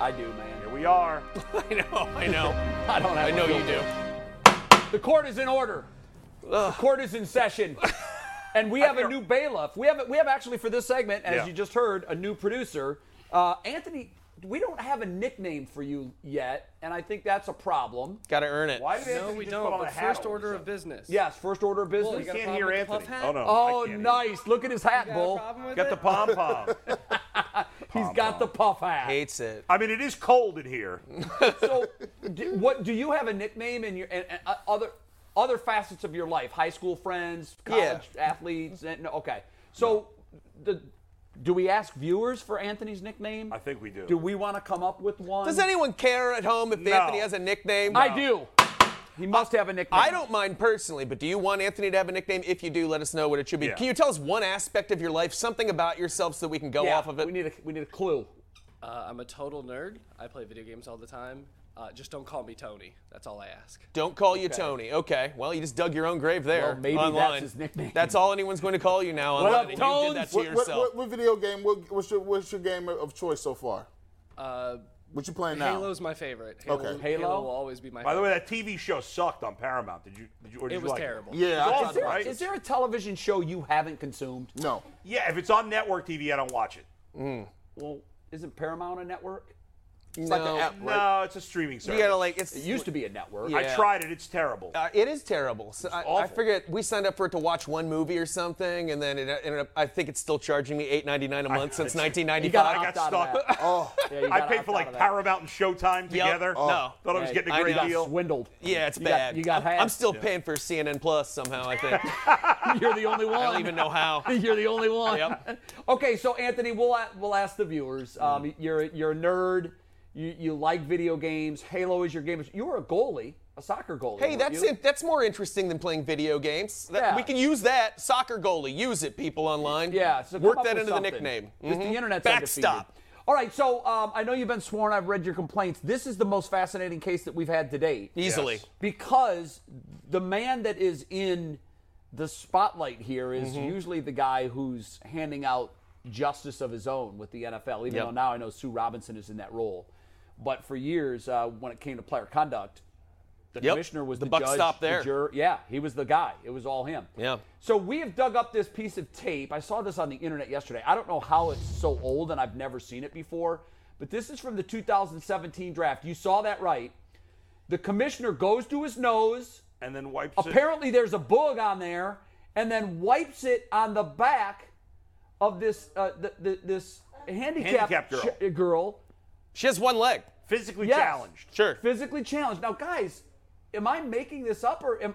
I do, man. Here we are. I know, I know. I don't have I a know real you do. The court is in order. The court is in session. And we have a new bailiff. We have we have actually for this segment, as Yeah. you just heard, a new producer. Uh, Anthony, we don't have a nickname for you yet, and I think that's a problem. Got to earn it. Why did No, Anthony we just don't. put on a But hat first all order of sudden? business. Yes, first order of business. you got a Can't problem hear with the Anthony. puff hat? Oh, no. oh, I can't nice. Look at his hat, Got a Bull. problem with Got it? the pom pom. He's got the puff hat. Hates it. I mean, it is cold in here. So, do, what do you have a nickname in your and, and uh, other other facets of your life? High school friends, college athletes. And, no, okay, so the, do we ask viewers for Anthony's nickname? I think we do. Do we want to come up with one? Does anyone care at home if No. Anthony has a nickname? I do. He must have a nickname. I don't mind personally, but do you want Anthony to have a nickname? If you do, let us know what it should be. Yeah. Can you tell us one aspect of your life, something about yourself, so that we can go Yeah, off of it? We need a we need a clue. Uh, I'm a total nerd. I play video games all the time. Uh, just don't call me Tony. That's all I ask. Don't call you Tony. Okay. Well, you just dug your own grave there. Well, maybe that's online. his nickname. That's all anyone's going to call you now. What online. up, You did that Tones? to What, what, yourself. what, what video game? What, what's your what's your game of choice so far? Uh, What you playing now? Halo's my favorite. Halo, Okay. Halo? will always be my. By the way, favorite. that TV show sucked on Paramount. Did you? Did you or did it you was like terrible. yeah, It's I tried all to right. watch Is it. there a television show you haven't consumed? No. Yeah, if it's on network TV, I don't watch it. Well, isn't Paramount a network? It's like an app, right? No, uh, it's a streaming service. You gotta like it's. It used to be a network. I Yeah. tried it. It's terrible. Uh, it is terrible. So I, I awful. forget. We signed up for it to watch one movie or something, and then it ended up. I think it's still charging me eight ninety nine a month since nineteen ninety You gotta I five. opt got out of stuck. that. Oh, Yeah, you I gotta paid opt for out like of that. Paramount and Showtime together. No. Thought I was Hey, getting I a great know. deal. Swindled. Yeah, it's you bad. Got, you got half. I'm still paying for CNN Plus somehow. I think. You're the only one. I don't even know how. You're the only one. Yep. Mm. Okay, so Anthony, we'll a- we'll ask the viewers. Um, you're you're a nerd. You you like video games. Halo is your game. You were a goalie, a soccer goalie. Hey, weren't that's you? in, that's more interesting than playing video games. That- Yeah. We can use that soccer goalie. Use it, people online. Yeah, so come work up that with into something. the nickname. 'Cause Mhm. The internet's backstop. undefeated. All right, so um, I know you've been sworn. I've read your complaints. This is the most fascinating case that we've had to date. Easily. Yes. because the man that is in the spotlight here is Mm-hmm. usually the guy who's handing out justice of his own with the NFL. Even Yep. though now I know Sue Robinson is in that role, but for years uh, when it came to player conduct, the Yep. commissioner was the, The buck judge, stopped the there. juror. Yeah, he was the guy. It was all him. Yeah. So we have dug up this piece of tape. I saw this on the internet yesterday. I don't know how it's so old and I've never seen it before, but this is from the 2017 draft. You saw that right. The commissioner goes to his nose. And then wipes it. Apparently, there's a bug on there, and then wipes it on the back of this uh, the, the, this handicapped, Handicapped girl. ch- girl, She has one leg. physically Yes. challenged. Sure. physically challenged. Now, guys, am I making this up or am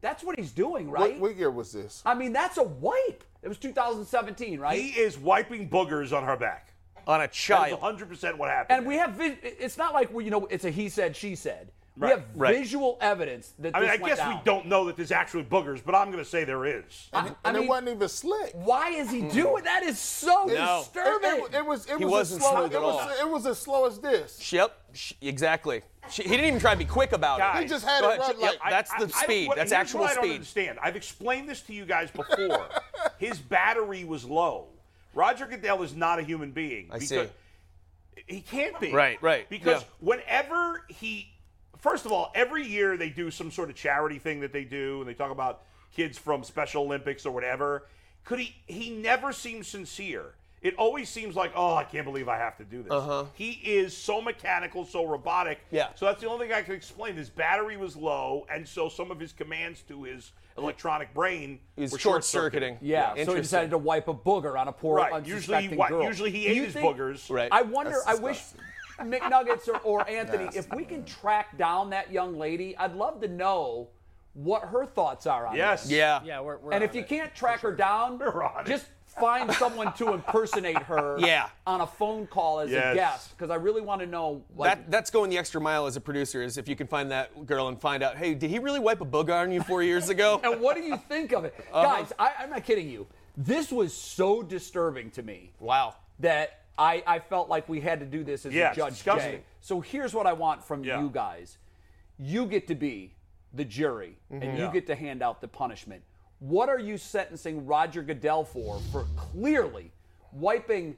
that's what he's doing, right? What, what year was this? I mean, that's a wipe. It was 2017, right? He is wiping boogers on her back. On a That's child. 100% what happened. and we have vi- it's not like we you know it's a he said she said. We Right, have right. visual evidence that I mean, this I went guess we down. don't know that there's actually boogers, but I'm going to say there is. And, I- it- I and mean- it wasn't even slick. Why is he doing that? Is so No. It, it, disturbing. it was it He was as wasn't slow. smooth It at was, all. it was as slow as this. Yep. Sh exactly. She, he didn't even try to be quick about Guys, He it. just had Go ahead, it right Ch- like. yep, that's the I- I- speed. what- that's here's actual what I don't speed. understand. I've explained this to you guys before. His battery was low. Roger Goodell is not a human being. I because- see. He can't be. Right, right, Because yeah. whenever he, first of all, every year they do some sort of charity thing that they do, and they talk about kids from Special Olympics or whatever. Could he? He never seems sincere. It always seems like, oh, I can't believe I have to do this. Uh-huh. He is so mechanical, so robotic. Yeah. So that's the only thing I can explain. His battery was low, and so some of his commands to his electronic brain He's were short circuiting. yeah, so he Interesting. decided to wipe a booger on a poor Right. Usually, unsuspecting he, wa- girl. usually he Do ate you his think- boogers. Right. I wonder. That's I wish McNuggets or, or Anthony, if we can track down that young lady, I'd love to know what her thoughts are on Yes. Yeah. Yeah, we're, we're this. And on if you it. can't track her down, We're on it. just find someone to impersonate her Yeah. on a phone call as Yes. a guest because I really want to know. Like, That, that's going the extra mile as a producer is if you can find that girl and find out, hey, did he really wipe a booger on you four years ago? and what do you think of it, Uh-huh. guys? I, I'm not kidding you. This was so disturbing to me. Wow. that I, I felt like we had to do this as Yeah, a it's judge. disgusting. Jay. So here's what I want from Yeah. you guys. You get to be the jury Mm-hmm. and you get to hand out the punishment. What are you sentencing Roger Goodell for for clearly wiping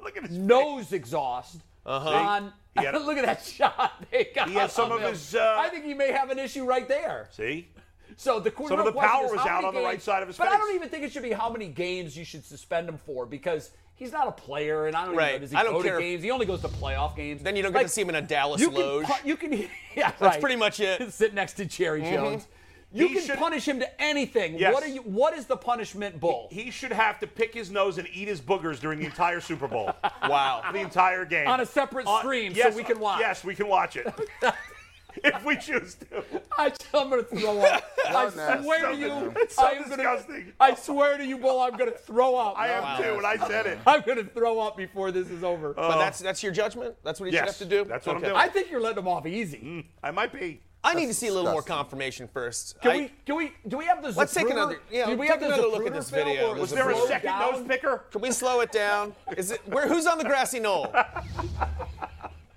Look at his nose exhaust on He had- Look at that shot. They got He had some of him. his, uh, I think he may have an issue right there. See? So the court Some of real the question power is was how out many on the games- right side of his But I face. don't even think it should be how many games you should suspend him for because he's not a player, and I don't even know Right. does he I don't go care to if- games. He only goes to playoff games. Then you don't get Like, to see him in a Dallas you can loge. pu- you can, yeah, That's pretty much it. Sit next to Jerry Jones. You Mm-hmm. He can should- punish him to anything. Yes. What are you? What is the punishment bull? He should have to pick his nose and eat his boogers during the entire Super Bowl. Wow. the entire game. On a separate On- stream so yes, we can watch. Yes, we can watch it. if we choose to. I, am gonna throw up. I That's swear so to you, dis- so I am Gonna, disgusting. I swear to you, bull, I'm gonna throw up. I am too, and I said it. I'm gonna throw up before this is over. Oh, But that's that's your judgment? That's what he Yes, should have to do? that's what I'm Okay. doing. I think you're letting him off easy. I might be. I need to see a little more disgusting. confirmation first. Can I- we? Can we? Do we have the? Let's take Zapruder- another- yeah, Did we take have the another look at Zapruder this film, video. or The Was there a Slow second nose picker? Can we slow it down? Is it where? Who's on the grassy knoll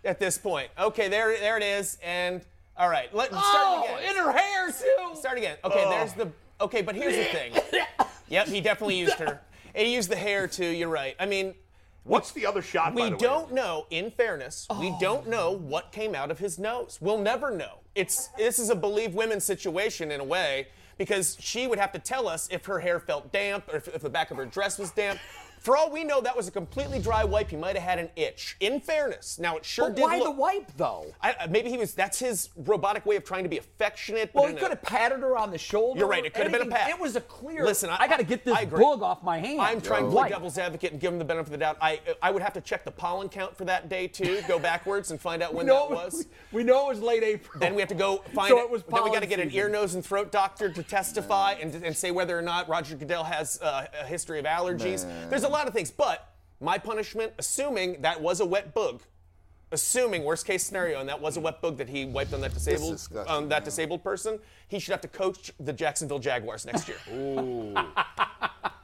at this point? Okay, there, there it is. And all right, let start Oh, it in again. her hair too. Oh. Start again. Okay, there's the. Okay, but here's the thing. Yep, he definitely used her. He used the hair too. You're right. I mean, What's the other shot? by we the way? don't know. In fairness, Oh. we don't know what came out of his nose. We'll never know. It's this is a believe women situation in a way because she would have to tell us if her hair felt damp or if, if the back of her dress was damp. For all we know, that was a completely dry wipe. He might have had an itch. In fairness, now it sure But did why look. the wipe though? I, I- maybe he was. That's his robotic way of trying to be affectionate. but Well, he in a- could have patted her on the shoulder. You're right, it could have been a anything. pat. It was a clear. Listen, I- I, got to get this I agree. bug off my hand. I'm trying to Wipe. play devil's advocate and give him the benefit of the doubt. I I would have to check the pollen count for that day too. Go backwards and find out when No, that was. We, we know it was late April. Then we have to go find So it was Then we got to pollen get an season. ear, nose, and throat doctor to testify and, and say whether or not Roger Goodell has uh, a history of allergies. There's a lot of things, but my punishment, assuming that was a wet bug, assuming worst case scenario, and that was a wet bug that he wiped on that disabled disgusting, on that man. disabled person, he should have to coach the Jacksonville Jaguars next year.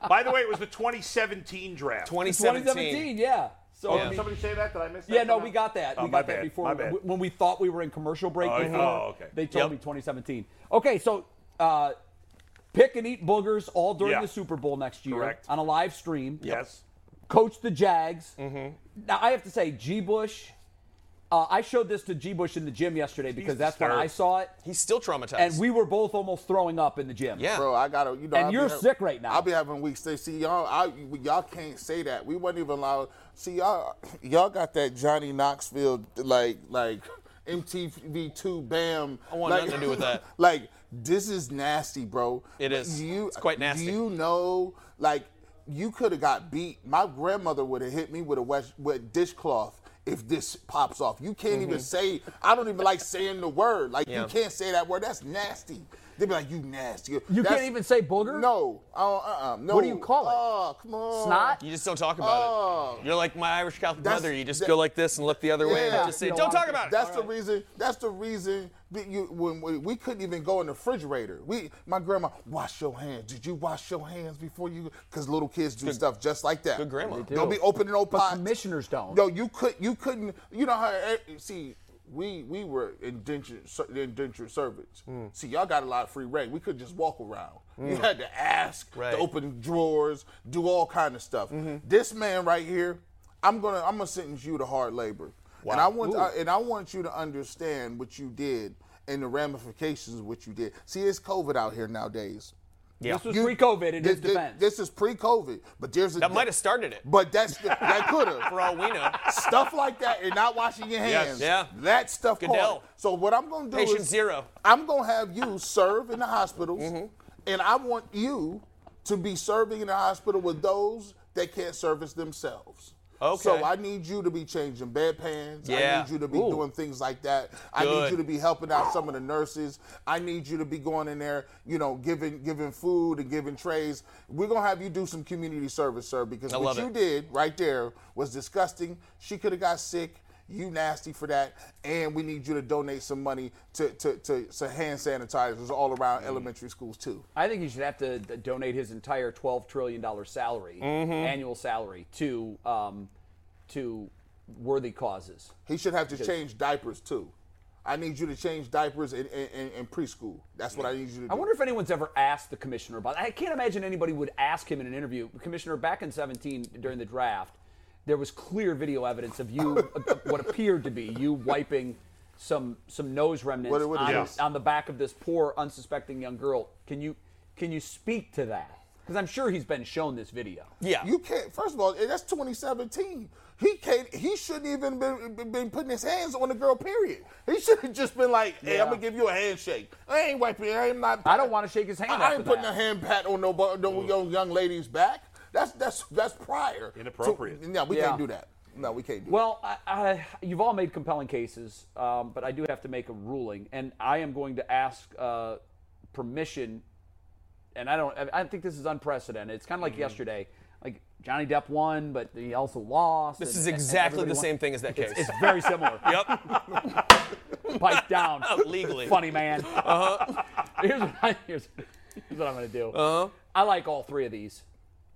By the way, it was the 2017 draft. 2017. 2017. Yeah. So Oh, I did mean- somebody say that? Did I miss that? Yeah, no, somehow? we got that. Oh, we my got that bad, before My bad. when we thought we were in commercial break. Oh, yeah. before, Oh, okay. They told Yep. me 2017. Okay, so uh, pick and eat boogers all during Yeah. the Super Bowl next year Correct. on a live stream. Yes. Coach the Jags. Mm-hmm. Now I have to say, G. Bush. Uh, I showed this to G. Bush in the gym yesterday because that's when disturbed. I saw it, He's still traumatized. and we were both almost throwing up in the gym. yeah. Bro, I gotta, you know. And I be you're having- sick right now. I'll be having weeks. They see y'all, I, y'all can't say that. We wasn't even allowed. See y'all, y'all got that Johnny Knoxville like like MTV Two Bam. I want like, nothing to do with that. Like this is nasty, bro. It is. You, It's quite do nasty. you know, like you could have got beat. My grandmother would have hit me with a wet, wet dishcloth. If this pops off, you can't even say. I don't even like saying the word. Like Mm-hmm. Yeah. you can't say that word. That's nasty. They'd be like, "You nasty." You That's- can't even say booger? No. Oh, uh-uh. No. What do you call it? Oh, come on. Snot? You just don't talk about Oh. it. You're like my Irish Catholic That's- brother. You just that- go like this and look the other way Yeah. and just say, You know, "Don't I'm- talk about it." That's the reason. That's the reason that you when, when we couldn't even go in the refrigerator. We, my grandma, wash your hands. Did you wash your hands before you? Because little kids do stuff just like that. good grandma. They do. Don't be opening no But pots. commissioners don't. No, you could. You couldn't. You know how? eh, See, we we were indentured ser- indentured servants. Hmm. See, y'all got a lot of free reign. We could just walk around. You had to ask, Right. Mm-hmm. to open drawers, do all kind of stuff. This man right here, I'm gonna I'm gonna sentence you to hard labor. And I want I, and I want you to understand what you did and the ramifications of what you did. See, it's COVID out here nowadays. This was You- pre-COVID in thi- his thi- defense. This, is pre-COVID, but there's a That might have started it. But that's that could have For all we know, stuff like that and not washing your Yes. hands. Yeah. That stuff Goodell. caught it. So what I'm gonna do patient is zero. Mm-hmm. I'm gonna have you serve in the hospitals, and I want you to be serving in the hospital with those that can't service themselves. Okay. So I need you to be changing bedpans. I Yeah. need you to be Ooh. doing things like that. I need Good. you to be helping out some of the nurses. I need you to be going in there, you know, giving giving food and giving trays. We're gonna have you do some community service, sir, because I love what you it. did right there was disgusting. She could have got sick. You nasty for that, and we need you to donate some money to to, to, to hand sanitizers all Mm. around elementary schools too. I think he should have to d- donate his entire twelve trillion dollar salary, Mm-hmm. annual salary, to um, to worthy causes. He should have to change diapers too. I need you to change diapers in, in, in- in preschool. That's what I need you to do. I wonder if anyone's ever asked the commissioner about. I can't imagine anybody would ask him in an interview. Commissioner, back in 17 during the draft, there was clear video evidence of you, of what appeared to be you wiping some some nose remnants What- what is on, this? on the back of this poor unsuspecting young girl. Can you can you speak to that? Because I'm sure he's been shown this video. yeah. You can't. First of all, eh, that's 2017. He can't. He shouldn't even been, been- been putting his hands on the girl. Period. He should have just been like, "Hey, I'm Yeah. gonna give you a handshake. I ain't wiping. I am not. I don't want to shake his hand. I, I after ain't putting that. a hand pat on no, bu- no young, young lady's back. That's that's that's prior. to- Inappropriate. no, we Yeah. can't do that. No, we can't do Well, I, I, you've all made compelling cases, um, but I do have to make a ruling, and I am going to ask uh, permission. And I don't. I- I think this is unprecedented. It's kind of like Mm-hmm. yesterday, like Johnny Depp won, but he also lost. This and- is and exactly everybody the won. same thing as that case. It's very similar. yep. Pipe down. Legally. Uh-huh. Funny man. Here's what I, here's, here's what I'm gonna do. I like all three of these.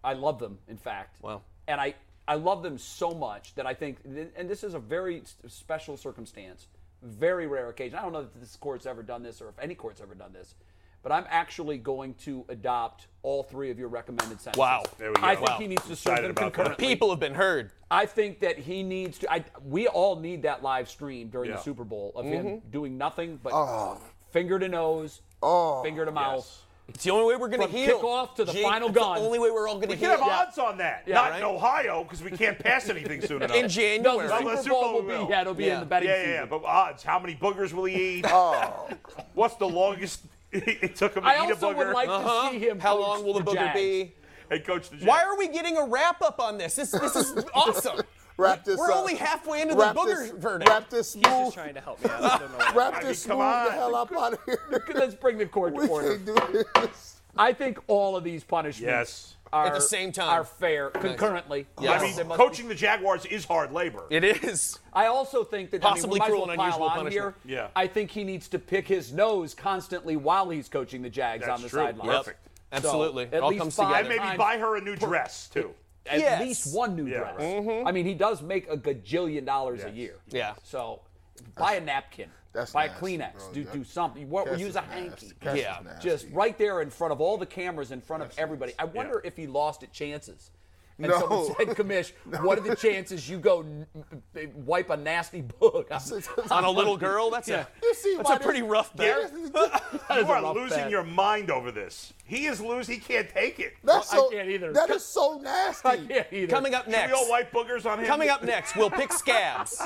I love them, in fact. Wow. And I I love them so much that I think, and this is a very s- special circumstance, very rare occasion. I don't know if this court's ever done this or if any court's ever done this, but I'm actually going to adopt all three of your recommended sentences. Wow. There we go. I think Wow. he needs to serve Excited them about that. concurrently. People have been heard. I think that he needs to. I, we all need that live stream during Yeah. the Super Bowl of him Mm-hmm. doing nothing but Oh. finger to nose, finger to mouth. It's the only way we're going From to heal. kickoff to the Jake, final it's gun. The only way we're all going to We can heal. have odds on that. Not right? in Ohio because we can't pass anything soon enough. No, In the January. Well, Super, the Super Bowl Bowl will we be. will. Yeah, it'll be Yeah. in the betting yeah, yeah, season. yeah, but odds. How many boogers will he eat? Oh. What's the longest it took him to I eat a also booger would like Uh-huh. to see him. How coach long will the booger Jags. be? and coach the Jets? Why are we getting a wrap up on this? This this is awesome. Wrap this We're up. only halfway into that. the Wrap booger this. verdict. Wrap this He's just smooth. trying to help me. out. I don't know what- Wrap mean, this come smooth the on. hell up out of here. Let's bring the court we to order. can't do this. I think all of these punishments Yes. are At the same time. are fair concurrently. Yes. I mean, They must be- coaching the Jaguars is hard labor. It is. I also think that Possibly I mean, we cruel might as and well unusual pile on punishment. Here. Yeah. I think he needs to pick his nose constantly while he's coaching the Jags That's on the true. sideline. Yep. Perfect. Absolutely. at it all least comes five and together. maybe times- buy her a new dress too. At Yes. least one new Yeah, dress. right. Mm-hmm. I mean, he does make a gajillion dollars a Yes. year. Yeah. So buy a napkin. That's buy nasty, a Kleenex. bro. Do That- do something. What, Cass use is a nasty. hanky. Cass is Yeah. nasty. Just right there in front of all the cameras, in front of everybody. I wonder if he lost at chances. And No. someone said, Kamish, what are the chances you go n- n- wipe a nasty book on, on a little girl, that's Yeah. You see a that's why a pretty this- rough bet. You is a are rough losing bet. your mind over this. He is losing. He can't take it. That's Well, I so, can't either. That is so nasty. I can't either. Coming up We next. all white boogers on him. Coming up next, we'll pick scabs.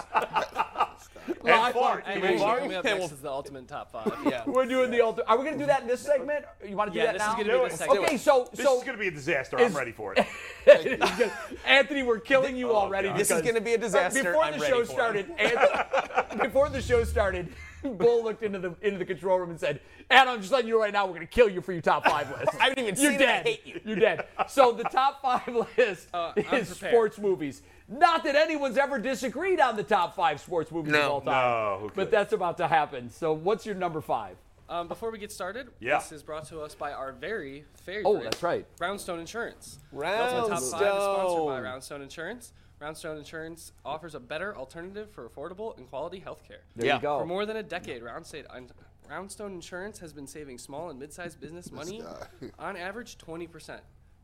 and fart. Hey, Can hey, we fart? Coming up Yeah, next well- is the ultimate top five. yeah. We're doing the alter. Are we going to do that in this segment? You want to do Yeah, that this is now? gonna be the it. segment. Okay, so This so is going to be a disaster. is- I'm ready for it. Anthony, we're killing you already. Oh, This is because- gonna be a disaster. Before I'm the ready show for it. started, Anthony, before the show started, Bull looked into the into the control room and said, "Adam, I'm just letting you know right now, we're gonna kill you for your top five list. I haven't even You're seen it. I dead. hate you." You're dead. So the top five list uh, I'm is prepared. sports movies. Not that anyone's ever disagreed on the top five sports movies of all time, No, Oh, who but could? that's about to happen. So what's your number five? Um, before we get started, Yeah. this is brought to us by our very favorite. Oh, that's right. Brownstone Insurance. The ultimate top five is sponsored by Roundstone Insurance. Roundstone Insurance offers a better alternative for affordable and quality health care. There Yeah. you go. For more than a decade, Roundstone, Roundstone Insurance has been saving small and mid-sized business money on average 20%.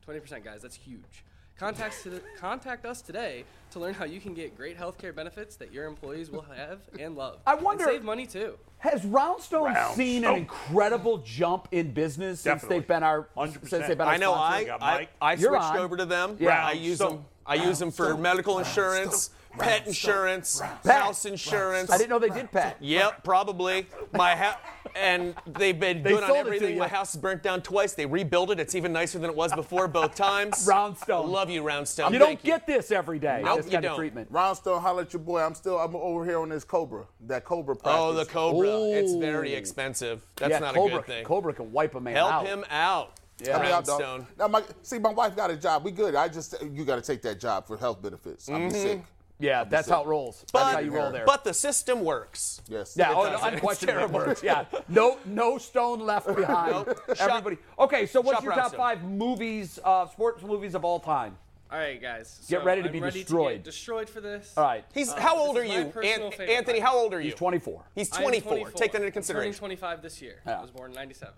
20%, guys, that's huge. Contact, to contact us today to learn how you can get great health care benefits that your employees will have and love. I wonder- And save money, too. Has Roundstone, seen an Roundstone. incredible jump in business since Definitely. they've been our 100%. since they've been our I know. sponsor? I got I, Mike. I You're switched on. over to them. Yeah. I use Roundstone. them. I use them for medical insurance, pet insurance, house insurance. I didn't know they did pet. Yep, probably. My house, and they've been good on sold it to everything. you. My house is burnt down twice. They rebuilt it. It's even nicer than it was before both times. Roundstone. Love you, Roundstone. You Thank don't get this every day. Nope, this you kind of don't. treatment. Roundstone, holler at your boy. I'm still I'm over here on this Cobra. That Cobra practice. Oh, the Cobra. It's very expensive. That's yeah, not Cobra, a good thing. Cobra can wipe a man Help out. him out. Help me out, dog. Roundstone. Now, my, see, my wife got a job. We good. I just you got to take that job for health benefits. Mm-hmm. I'm sick. Yeah, that's how it rolls. that's how you roll there. But the system works. Yes. yeah, oh, does. It's unquestionably terrible. works. Yeah, no, no stone left behind. Everybody. Okay, so what's Shop your around top still. five movies, uh, sports movies of all time? All right, guys. Get so ready to I'm be ready To destroyed. get destroyed for this. All right, He's how old are this is my you, personal An- favorite Anthony? part. How old are you? he's 24. He's I'm 24. Take that into consideration. Turning 25 this year. Yeah. I was born in 97.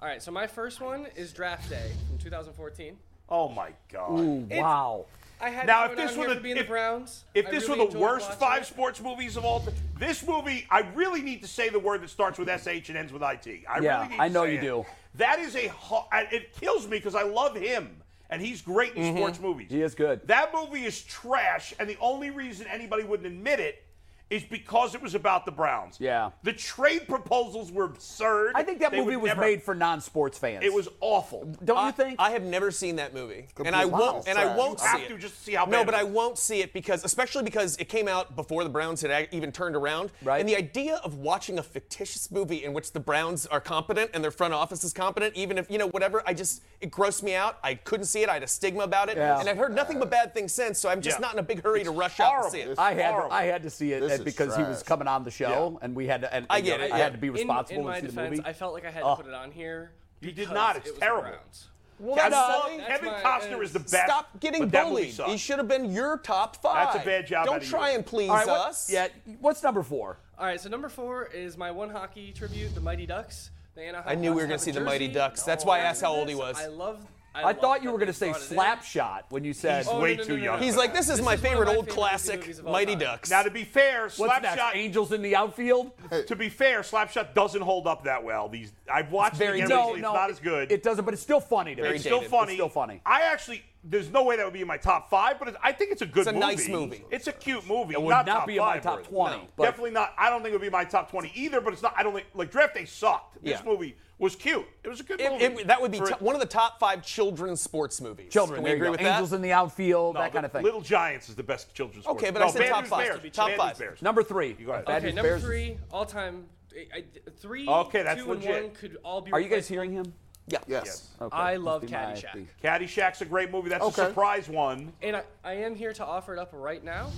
All right, so my first one is Draft Day from 2014. Oh my God. Ooh, wow. I had Now, to if throw it this on were here the- for being the if- Browns. If I this really were the enjoyed worst watching five it. sports movies of all time, this movie, I really need to say the word that starts with SH and ends with IT. I Yeah, really need I to know say you it. do. That is a. ho- I- It kills me because I love him. And he's great in sports movies. Mm-hmm. He is good. That movie is trash, and the only reason anybody wouldn't admit it is because it was about the Browns. Yeah. The trade proposals were absurd. I think that They movie would was never- made for non-sports fans. It was awful. Don't I, you think? I have never seen that movie, and I Complete won't. And I trash. You won't see have it. to just to see how bad No, it but I is. won't see it because, especially because it came out before the Browns had ac- even turned around. Right. And the idea of watching a fictitious movie in which the Browns are competent and their front office is competent, even if you know whatever, I just it grossed me out. I couldn't see it. I had a stigma about it, Yeah. and I've heard nothing but bad things since. So I'm just Yeah. not in a big hurry to rush out horrible. and see it. Uh, It's I had horrible. I had to see it This and is because he was trash. coming on the show and we had to and, I you get know, it, I yeah. had to be In- In- responsible in, my and see defense, the movie. I felt like I had to put it on here. You did because not. It's it was terrible. The Browns. I That's- love that's Kevin my- Costner is the best. Stop getting but that movie bullied. sucked. He should have been your top five. That's a bad job out Don't of you. try and please All right, what- us. yeah, what's number four? All right, so number four is my one hockey tribute, the Mighty Ducks. The Anaheim I knew we were Ducks gonna have a see the Mighty jersey. Ducks. That's why I After asked how old this, he was. I love. I, thought you were going to that they say brought it in. Slapshot when you said He's Oh, no, way no, no, too no, young. no. He's like, this is This my is one of favorite my old favorite classic movies of all Mighty time. Ducks. Now, to be fair, what's next? Slapshot. Angels in the outfield? To be fair, Slapshot doesn't hold up that well. These I've watched very it again dated. recently. It's not as good. It doesn't, but it's still funny to me. Very it's still dated. funny. It's still funny. I actually, there's no way that would be in my top five, but it, I think it's a good. It's a movie. nice movie. It's a cute movie. It would not, not top be in my five top worthy. 20, No. but- Definitely not. I don't think it would be my top 20 either. But it's not. I don't think like Draft Day sucked. This Yeah. movie was cute. It was a good It- movie. it- that would be For- t- one of the top five children's sports movies. Children, Can we there you agree go. with Angels that? in the outfield, no, that kind the of thing. Little Giants is the best children's. Okay, sport. but I No, said Bad top News five. Bears. Top Bad five. News Bears. number three. You go ahead. Bad Okay, News number Bears. three all time. I, I, three. Okay, that's two legit. And one could all be. Are you guys replaced. hearing him? Yeah. Yes. Okay, I must love be my Caddyshack. thing. Caddyshack's a great movie. That's Okay. a surprise one. And I, I am here to offer it up right now.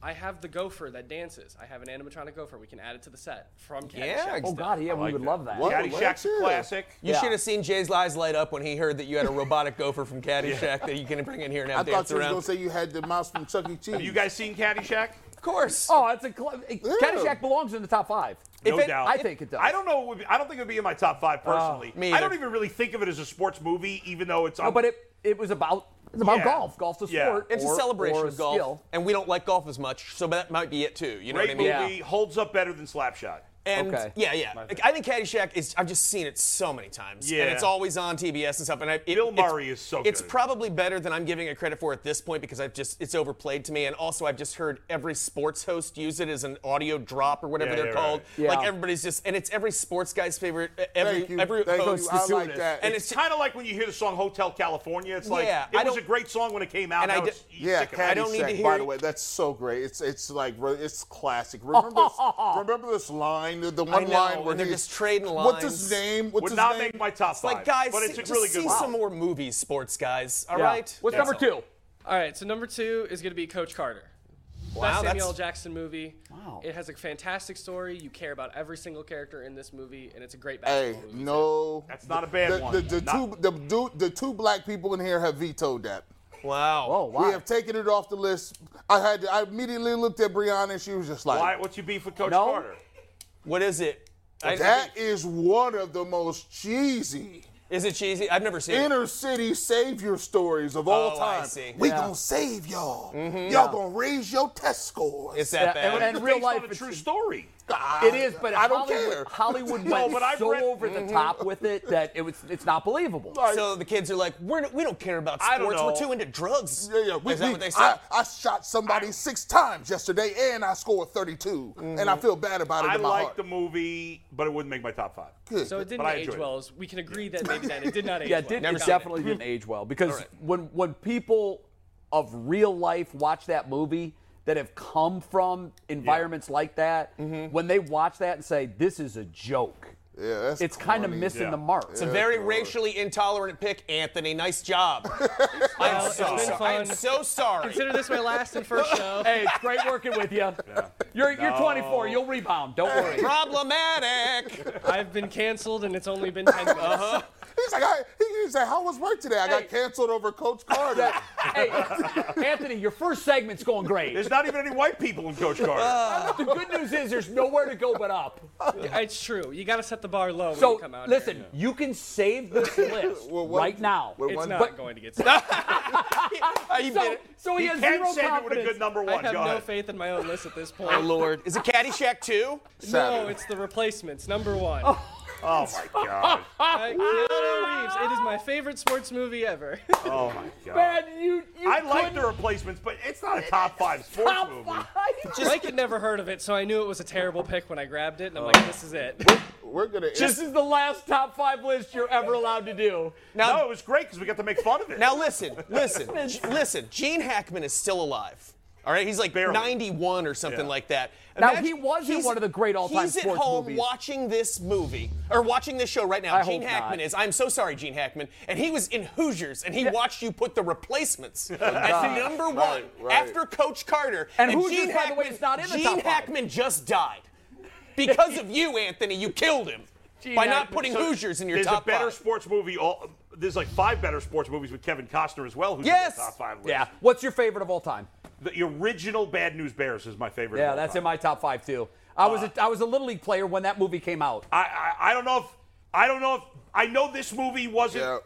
I have the gopher that dances. I have an animatronic gopher. We can add it to the set from Caddyshack. Yeah, Oh God, yeah, we would love that. What? Caddyshack's a yeah. classic. You Oh, Yeah. should have seen Jay's eyes light up when he heard that you had a robotic gopher from Caddyshack that you can bring in here and I have thought dance you was around. gonna say you had the mouse from Chuck E. Cheese. Have you guys seen Caddyshack? of course. Oh, that's a cl- Caddyshack belongs in the top five. No it- doubt. I think it does. I don't know. it would be- I don't think it would be in my top five personally. me I don't either. even really think of it as a sports movie, even though it's. No, on- but it it was about it's about Yeah. golf. Golf's a Yeah. sport. it's or- a celebration or of golf, skill. and we don't like golf as much, so that might be it too. You know great what I mean? movie holds up better than Slapshot. And Okay. yeah, yeah. Like, I think Caddyshack is. I've just seen it so many times. Yeah. And it's always on TBS and stuff. And I, it, Bill it's- Murray is so It's good. probably better than I'm giving it credit for at this point because I've just it's overplayed to me. And also, I've just heard every sports host use it as an audio drop or whatever Yeah, they're yeah, called. right. Like Yeah. everybody's just and it's every sports guy's favorite. uh, Every Thank you. every Thank host you. I is doing like it. that. And It's it's. kind of like when you hear the song "Hotel California." It's like Yeah, I it was don't- a great song when it came out. and I now d- it's- you Yeah, sick of it. Caddyshack. I don't need to hear by the it. way, that's so great. It's it's like re- it's classic. Remember this, remember this line, the, the one know, line where and they're he's- just trading What's lines. his name? What's Would his not name? make my top It's five. like, guys, but it's see, a really just good see one. some more movies, sports guys. All Yeah. right. What's That's number all. two? All right, so number two is going to be Coach Carter. Wow, Best Samuel L. that's Jackson movie. Wow. It has a fantastic story. You care about every single character in this movie, and it's a great Hey, basketball movie. no. That's not a bad the, one. The, the, Not- two, the, du- the two black people in here have vetoed that. wow. Oh wow. We have taken it off the list. I had I immediately looked at Brianna and she was just like, Why? What's your beef with Coach No. Carter? What is it? I- That is one of the most cheesy Is it cheesy? I've never seen it. Inner city savior stories of Oh, all I time. see. We gonna save y'all. Mm-hmm. Y'all gonna raise your test scores. It's that Yeah, bad. and- It's real based life, on a it's- true story. Ah, It is, but I don't Hollywood, care. Hollywood No, went but I've so read- over the top with it that it was it's not believable. so the kids are like, we're, we don't care about I don't sports. know. We're too into drugs. Yeah, yeah. We, Is that we- what they say? I, I shot somebody six times yesterday, and I scored 32, and I feel bad about it Mm-hmm. I in my like heart. the movie, but it wouldn't make my top five. So it didn't But I age enjoyed it. well. As we can agree that maybe that it did not age Yeah, well. it, did, Never it seen definitely didn't age well because when when people of real life watch that movie that have come from environments like that, when they watch that and say this is a joke, yeah, that's it's kind of corny. missing Yeah. the mark. It's a very racially intolerant pick, Anthony. Nice job. Well, I'm it's so been sorry. I'm fun. so sorry. Consider this my last and first show. hey, it's great working with you. You're you're 24. You'll rebound. Don't worry. Problematic. I've been canceled, and it's only been 10 minutes. He's like, I, he- he's like, how was work today? I Hey. got canceled over Coach Carter. hey, Anthony, your first segment's going great. There's not even any white people in Coach Carter. The good news is there's nowhere to go but up. It's true. You got to set the bar low when you So come out. listen, here. you can save this list Well, what- right now. well, It's one- not but- going to get stopped. you so, did it. so he, he has can zero save it confidence. with a good number I one. have Go no ahead. faith in my own list at this point. Lord. Is it Caddyshack 2? No, Saturday. it's the replacements, number one. Oh my god. I- Keanu Reeves. It is my favorite sports movie ever. Oh my god. Man, you, you I like couldn't the replacements, but it's not a top five sports top movie. five. Mike had never heard of it, so I knew it was a terrible pick when I grabbed it, Oh. and I'm like, this is it. We're gonna. This is the last top five list you're ever allowed to do. Now, No, it was great because we got to make fun of it. now listen, listen, G- listen. Gene Hackman is still alive. All right, he's like Barely. 91 or something Yeah. like that. Now, he was in he's- one of the great all-time He's at sports home movies. watching this movie or watching this show right now. I Gene hope Hackman not. is. I'm so sorry, Gene Hackman. And he was in Hoosiers, and he watched you put the replacements at Oh, God. number one right. after Coach Carter. And Hoosiers, by the way, is not in the Gene top five. Hackman just died because of you, Anthony. You killed him by not putting Hoosiers in your there's top a better five. sports movie. All, there's like five better sports movies with Kevin Costner as well. Who's Yes! in the top five list. Yeah. What's your favorite of all time? The original Bad News Bears is my favorite. of Yeah, all that's time. in my top five too. I was a, I was a little league player when that movie came out. I, I I don't know if I don't know if I know this movie wasn't. Yeah.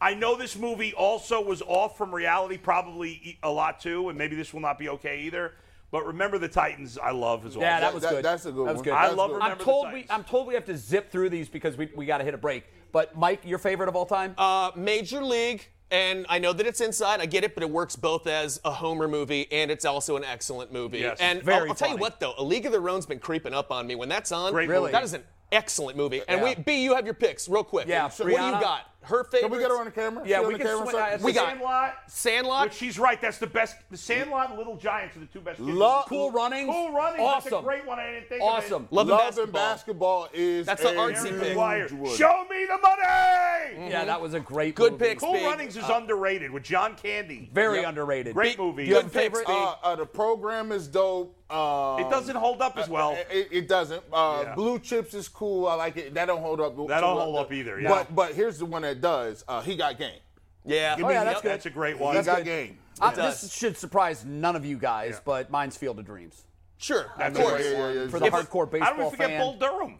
I know this movie also was off from reality, probably e- a lot too, and maybe this will not be okay either. But remember the Titans. I love is Yeah, awesome. that was That- good. that's a good That was one. good. I That was love good. Remember I'm the told we Titans. I'm told we have to zip through these because we we got to hit a break. But Mike, your favorite of all time? Major League, and I know that it's inside. I get it, but it works both as a Homer movie and it's also an excellent movie. Yes, and very I'll, I'll tell you funny. what, though, A League of Their Own's been creeping up on me. When that's on, Great Really? movie. that is an excellent movie. And Yeah. we, B, you have your picks real quick. Yeah, what do you Rihanna. got? Her favorite. Can we get her on the camera? Yeah, She we on the can camera. swing- sir? I- we got Sandlot. Sandlot. Which she's right. That's the best. The Sandlot and Little Giants are the two best. kids. Lo- cool Runnings. Cool running. That's Awesome. a great one. I didn't think Awesome. Of it. Love, Love and and basketball is That's the a artsy huge pick. Wire. one. Show me the money. yeah, that was a great Good movie. picks. Cool Big, Runnings is underrated with John Candy. Uh, Very underrated. Great movie. Good It picks, favorite? B. Uh, uh, the program is dope. Um, doesn't hold up as well. It, it doesn't. Uh, Yeah. Blue chips is cool. I like it. That don't hold up. That don't hold up either, yeah. But but here's the one that does. Uh, he got game. yeah. Give me- Oh, yeah, that's Yep. That's a great He one. got game. Uh, does. this should surprise none of you guys, but mine's Field of Dreams. Sure, of a course. great Yeah, yeah, yeah. For the If- hardcore How do baseball we forget fan. Bull Durham?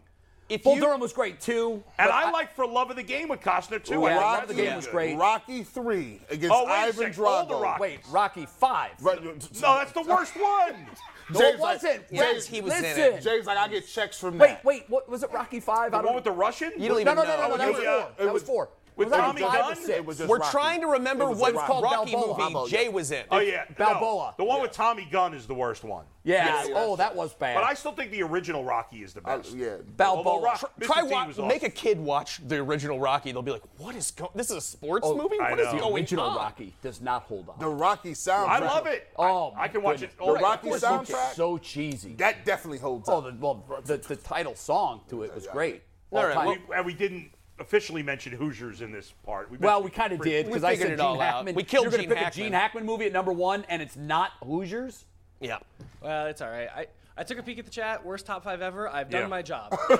If Bull you- Durham was great too. And I, like for love of the game with Costner too. yeah, Love I think of the that's Game good. was great. Rocky three against Oh, wait a Ivan sec. All the Drago. Rocky. Wait, Rocky Five. Right, No, that's the worst one. No, it wasn't. Like, Jay's, Yes, he was in it. Listen. Jay's like, I get checks from Wait, that. wait, what was it? Rocky Five? I The don't one with the Russian? You don't No, even no, know. no, no, no. That it was was, four. uh, it that was was- four. with It was Tommy five or Gunn? six. It was just We're Rocky. trying to remember It was what a called Rocky Balboa. movie Balboa, yeah. Jay was in. Oh yeah, no. Balboa. The one with Tommy Gunn is the worst one. yeah. Yes. oh, that was bad. But I still think the original Rocky is the Uh, best. yeah. Although Balboa. Rock, Mr. Try T wa- was awesome. make a kid watch the original Rocky. They'll be like, "What is going? This is a sports Oh, movie. I What is know. going Original on?" Rocky does not hold up. The Rocky soundtrack. I love it. oh, I, I can watch it. goodness. All The day. Rocky This book is soundtrack. so cheesy. that definitely holds oh, up. the, well, the the title song to it was great. All right, time. well- We- and we didn't officially mention Hoosiers in this part. Well, mentioned- we kind of did because we I figured said it all Gene out. Hackman. We killed You're gonna Gene pick Hackman. a Gene Hackman movie at number one, and it's not Hoosiers. Yeah. Well, it's all right. I, I took a peek at the chat. Worst top five ever. I've done Yeah. my job. Uh,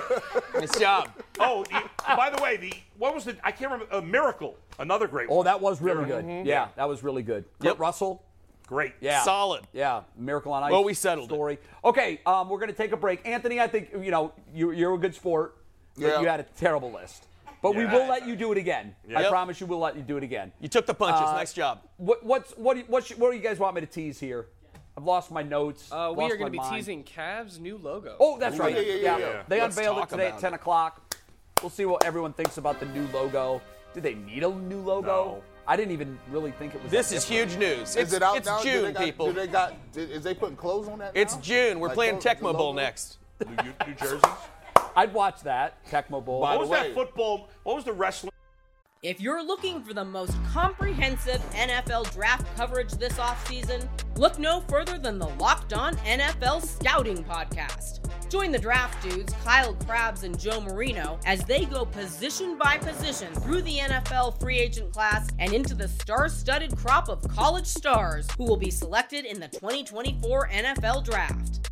Nice job. Oh, the, by the way, the what was the? I can't remember. A miracle. Another great. Oh, one. that was really good. Yeah, that was really good. Kurt Russell. Great. Yeah. Solid. Yeah, Miracle on Ice. Well, we settled it. story. Okay, um, we're gonna take a break. Anthony, I think you know you, you're a good sport. but Yeah. You had a terrible list. But we will let you do it again. I Yep. promise you, we'll let you do it again. You took the punches. Uh, nice job. What, what's what? do you- What, should, what do you guys want me to tease here? I've lost my notes. Uh, we lost are going my to be mind. teasing Cavs' new logo. Oh, that's right. yeah, yeah, yeah, yeah. They Let's unveiled it talk today at about 10 it. o'clock. We'll see what everyone thinks about the new logo. Did they need a new logo? No. I didn't even really think it was. This that is different. huge news. It's, Is it out it's now? do June, they got, people. Do they got? Did, is they putting clothes on that? it's now? June. We're Like playing clothes- the Tecmo Bowl logo? next. New, New Jersey. I'd watch that. Tecmo Bowl. By What the was that way- football? What was the wrestling? If you're looking for the most comprehensive NFL draft coverage this offseason, look no further than the Locked On NFL Scouting Podcast. Join the draft dudes, Kyle Krabs and Joe Marino, as they go position by position through the NFL free agent class and into the star studded crop of college stars who will be selected in the 2024 NFL Draft.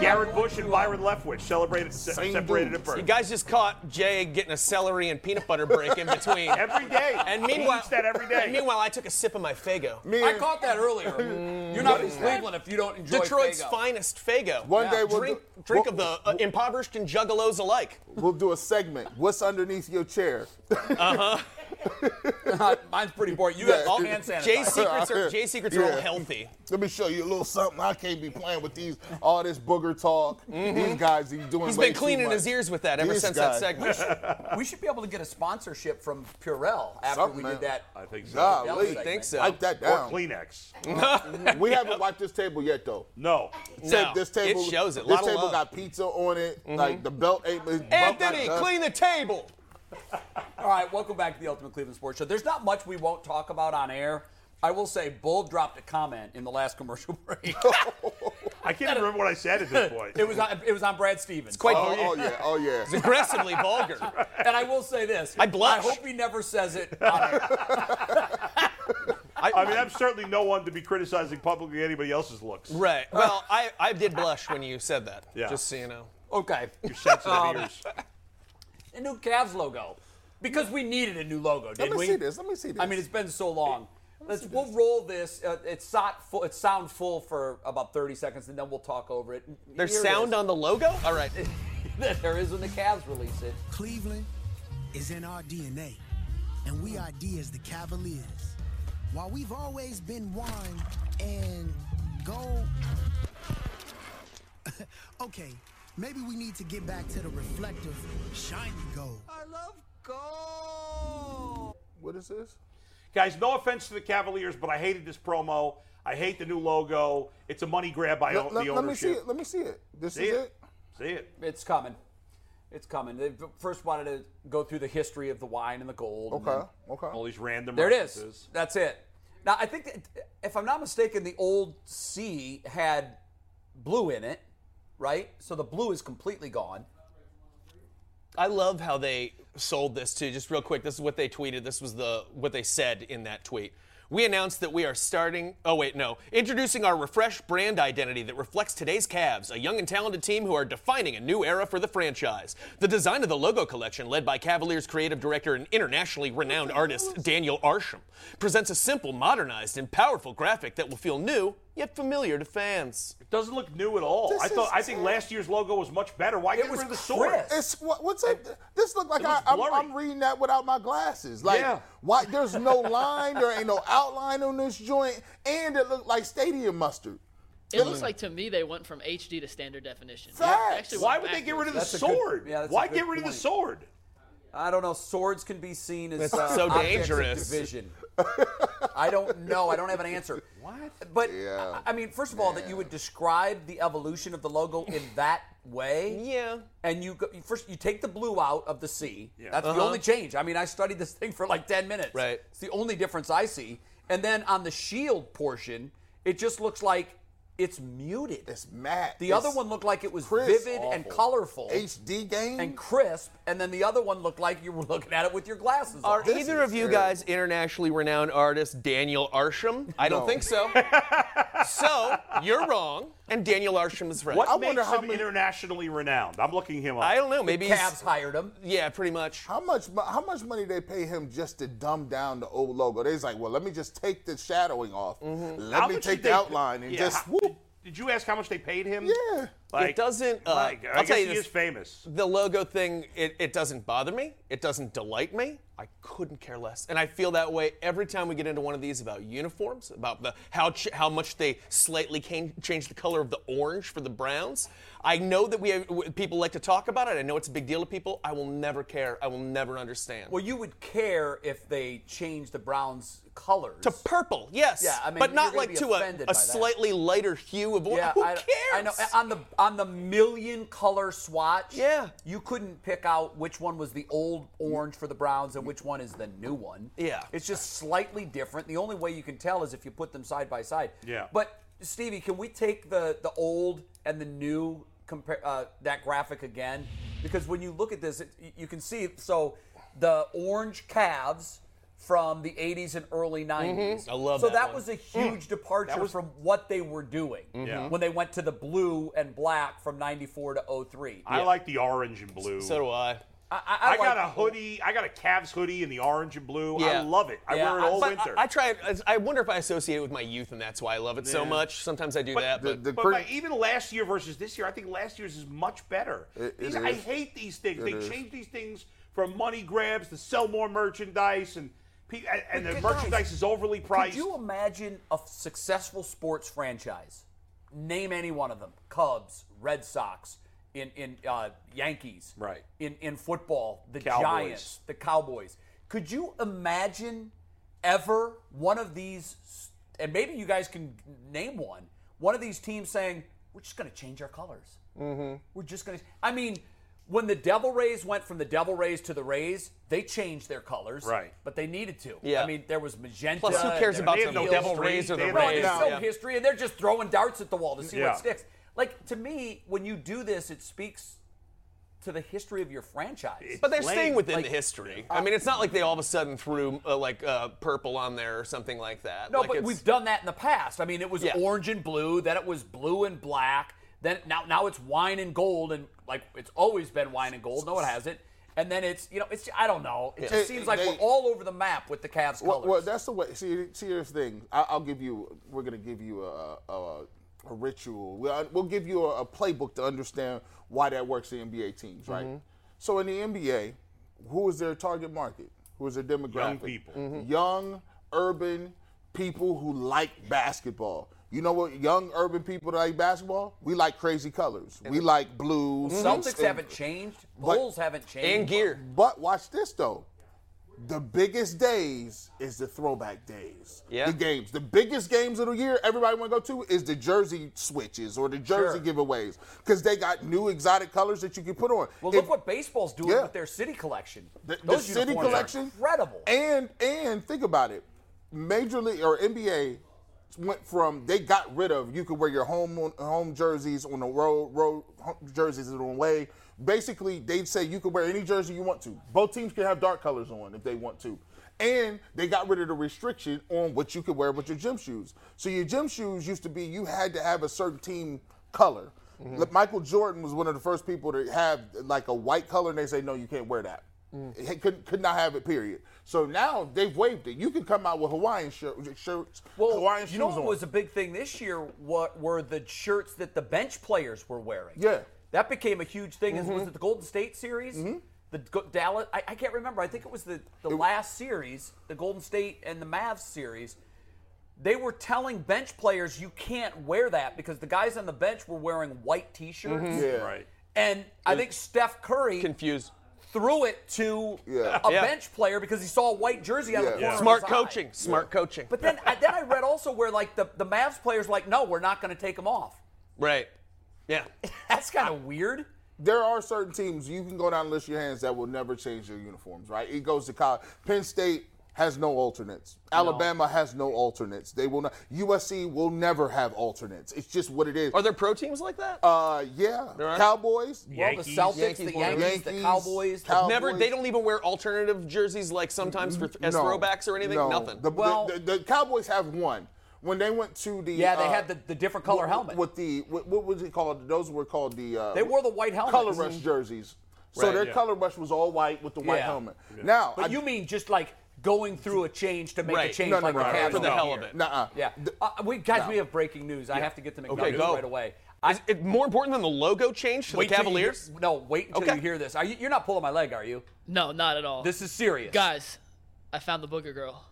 Garrett Bush and Byron Leftwich celebrated se- Same separated dude. at birth. You guys just caught Jay getting a celery and peanut butter break in between. every day. and He meanwhile, eats that every day. and meanwhile, I took a sip of my Fago. Me I and- caught that earlier. You're not from Cleveland if you don't enjoy Detroit's Fago. finest Fago. One day we'll drink, do- drink we'll- of the uh, impoverished and juggalos alike. We'll do a segment. What's underneath your chair? Mine's pretty boring. You Yeah. got all hand sanitizer. Jay's secrets are, Jay's secrets are all Yeah. healthy. Let me show you a little something. I can't be playing with these all this booger talk. These guys are doing. Mm-hmm. He's way been too cleaning much. his ears with that ever This since guy. that segment. We should be able to get a sponsorship from Purell after Something, we man. did that. I think so. Golly, Segment. Think so. Wipe that Or down. Kleenex. We haven't wiped this table yet, though. No. No, this table, it shows it. This Lot of table love. got pizza on it. Like the belt ain't. the belt not Anthony, done. clean the table. All right, welcome back to the Ultimate Cleveland Sports Show. There's not much we won't talk about on air. I will say, Bull dropped a comment in the last commercial break. I can't even remember what I said at this point. it was on, it was on Brad Stevens. Quite Oh, oh yeah, oh yeah. aggressively vulgar. and I will say this: I blush. I hope he never says it. on air. I mean, I'm certainly no one to be criticizing publicly anybody else's looks. Right. Well, I, I did blush when you said that. Yeah. Just so you know. okay, Your sensitive Um, ears. a new Cavs logo because we needed a new logo, Let didn't me we? see this. Let me see this. I mean, it's been so long. Let's we'll roll this. Uh, it's sound full. It's sound full for about 30 seconds, and then we'll talk over it. There's sound on the logo? All right. there is when the Cavs release it. Cleveland is in our DNA, and we ID as the Cavaliers. While we've always been one and gold, okay, maybe we need to get back to the reflective, shiny gold. what is this? Guys, no offense to the Cavaliers, but I hated this promo. I hate the new logo. It's a money grab by Let, o- the let- let me see ownership. it. Let me see it. This See is it. it. See it. It's coming. It's coming. They first wanted to go through the history of the wine and the gold. and Okay. then- Okay. All these random. There it is. references. That's it. Now, I think, that, if I'm not mistaken, the old C had blue in it, right? So the blue is completely gone. I love how they sold this too. Just real quick, this is what they tweeted. This was the what they said in that tweet. We announced that we are starting. Oh wait, no, introducing our refreshed brand identity that reflects today's Cavs, a young and talented team who are defining a new era for the franchise. The design of the logo collection, led by Cavaliers creative director and internationally renowned artist Daniel Arsham, presents a simple, modernized, and powerful graphic that will feel new yet familiar to fans. It doesn't look new at all. This I thought. is- I think last year's logo was much better. Why get was rid of the sword? crisp. It's what, what's up? This look like It I, looks I'm, blurry. I'm reading that without my glasses. Like, Yeah. why? There's no line. There ain't no outline on this joint, and it looked like stadium mustard. It looks like to me they went from HD to standard definition. They Facts. actually Why went would they get rid of the That's a good- sword? yeah, that's a Why good get rid of point. the sword? I don't know. Swords can be seen as That's uh, so objects dangerous. Of division. I don't know. I don't have an answer. What? But Yeah. I I mean, first of all, that you would describe the evolution of the logo in that way. Yeah. And you go, you first you take the blue out of the C. That's the only change. I mean, I studied this thing for like ten minutes. Uh-huh. Right. It's the only difference I see. And then on the shield portion, it just looks like it's muted. It's matte. the It's other one looked like it was crisp. vivid and Awful. colorful HD game. and crisp, and then the other one looked like you were looking at it with your glasses Are on. either of you guys internationally renowned artist Daniel Arsham? I don't No. think so. so you're wrong, and Daniel Arsham is right. What I makes wonder how him many- internationally renowned? I'm looking him up. I don't know. Maybe he's- Cavs hired him. Yeah, pretty much. How much mo- how much money they pay him just to dumb down the old logo? They's like, well, let me just take the shadowing off. Let Mm-hmm. How me much take did the they- outline and yeah, just how- whoop. Did you ask how much they paid him? Yeah. Like, it doesn't. Uh, like, I I'll guess tell you he is this. famous. the logo thing, it, it doesn't bother me. It doesn't delight me. I couldn't care less. And I feel that way every time we get into one of these about uniforms, about the how ch- how much they slightly can- change the color of the orange for the Browns. I know that we have, w- people like to talk about it. I know it's a big deal to people. I will never care. I will never understand. Well, you would care if they changed the Browns' colors. to purple, yes. Yeah, I mean, but you're not gonna like be to a, offended by a that. slightly lighter hue of orange. yeah, Who I, cares? I know. On the on the million color swatch, Yeah. you couldn't pick out which one was the old orange for the Browns and which one is the new one. Yeah. it's just slightly different. The only way you can tell is if you put them side by side. Yeah. But Stevie, can we take the the old and the new compare uh, that graphic again? Because when you look at this, it, y- you can see so the orange calves from the 80s and early 90s. Mm-hmm. I love so that that one. was a Mm. huge departure from what they were doing Yeah. when they went to the blue and black from 94 to 03. I like the orange and blue. so do I. I, I, got like- a hoodie. I got a Cavs hoodie in the orange and blue. I Yeah. love it. I Yeah, wear it I- all But winter. I, I try. I wonder if I associate it with my youth, and that's why I love it so Yeah. much. Sometimes I do that. the- but the but cri- like, even last year versus this year, I think last year's is much better. It- these, it I is. hate these things. It they is. change these things from money grabs to sell more merchandise, and pe- and- and the But guys, merchandise is overly priced. Could you imagine a f- successful sports franchise? Name any one of them: Cubs, Red Sox, in in uh, Yankees, Right. In in football, the Cowboys. Giants, the Cowboys. Could you imagine ever one of these? s- And maybe you guys can name one. One of these teams saying, "We're just going to change our colors. Mm-hmm. We're just going to." I mean. When the Devil Rays went from the Devil Rays to the Rays, they changed their colors. Right. But they needed to. Yeah. I mean, there was magenta. Plus, who Uh, cares they're- about they the have no devil history. rays or They the have No, rays? there's Right. no Yeah. history, and they're just throwing darts at the wall to see Yeah. what sticks. Like to me, when you do this, it speaks to the history of your franchise. But they're Lame. staying within Like- the history. I mean, it's not like they all of a sudden threw uh, like uh, purple on there or something like that. no, Like, but it's- we've done that in the past. I mean, it was Yeah. orange and blue, then it was blue and black, then now now it's wine and gold, and like it's always been wine and gold. No, it hasn't. And then it's you know it's I don't know. It just It- seems like they- we're all over the map with the Cavs Well, colors. well, that's the way. See, see, here's the thing. I, I'll give you. We're gonna give you a a, a ritual. We'll, we'll give you a, a playbook to understand why that works in NBA teams, right? Mm-hmm. So in the NBA, who is their target market? Who is their demographic? people. Mm-hmm. Young, urban people who like basketball. You know what? Young, urban people that like basketball. We like crazy colors. We like blues. Celtics and- haven't changed. Bulls haven't changed. and gear. but watch this though. The biggest days is the throwback days. Yeah. The games. The biggest games of the year everybody want to go to is the jersey switches or the jersey giveaways because they got new exotic colors that you can put on. Well, look If- what baseball's doing Yeah. with their city collection. the, the Those city uniforms are collection. incredible. And and think about it. Major League or NBA went from they got rid of you could wear your home on, home jerseys on the road road ho- jerseys on the way. Basically, they say you can wear any jersey you want to. Both teams can have dark colors on if they want to. And they got rid of the restriction on what you could wear with your gym shoes. So your gym shoes used to be you had to have a certain team color. Mm-hmm. Like, Michael Jordan was one of the first people to have like a white color, and they say no, you can't wear that. Mm. He could, could not have it. Period. So now they've waived it. You can come out with Hawaiian shir- shirts, Well, Hawaiian you know shoes what on. was a big thing this year? What were the shirts that the bench players were wearing? Yeah. Mm-hmm. that became a huge thing. Is Was it the Golden State series? The Go- Dallas? I, I can't remember. I think it was the the last series, the Golden State and the Mavs series. They were telling bench players you can't wear that because the guys on the bench were wearing white T-shirts, Mm-hmm. yeah. Right. and I think Steph Curry confused. threw it to Yeah. a Yeah. bench player because he saw a white jersey out of the Yeah. corner of Smart his eye. coaching. Smart coaching. But then, I, then I read also where like the, the Mavs players were like, no, we're not going to take him off. right. Yeah. That's kind of weird. There are certain teams you can go down and list your hands that will never change their uniforms. Right. It goes to college. Penn State has no alternates. Alabama has no alternates. They will not. USC will never have alternates. It's just what it is. Are there pro teams like that? Uh, yeah. are? Cowboys. Well, the Celtics, Yankees the were- Yankees, the Cowboys. the- Cow- Never. Cowboys. They don't even wear alternative jerseys like sometimes for th- as No. throwbacks or anything. No. Nothing. The, Well- the, the- the Cowboys have one. when they went to the Yeah, they had uh, the- the different color with- helmet. with the what, what was it called? Those were called the uh, They wore the white helmets. color rush jerseys. So Right, their yeah. color rush was all white with the white Yeah. helmet. Now, but you mean just like going through a change to make a Right. change, No, no, like no, the no, Cavs for the did hell here. of it. Nuh-uh. Yeah, uh, we guys, no. we have breaking news. I have to get to McNuggets go. right away. Is it more important than the logo change for Wait the till you Cavaliers? hear- no, wait until Okay. you hear this. Are you, you're not pulling my leg, are you? No, not at all. This is serious. Guys, I found the Booger Girl.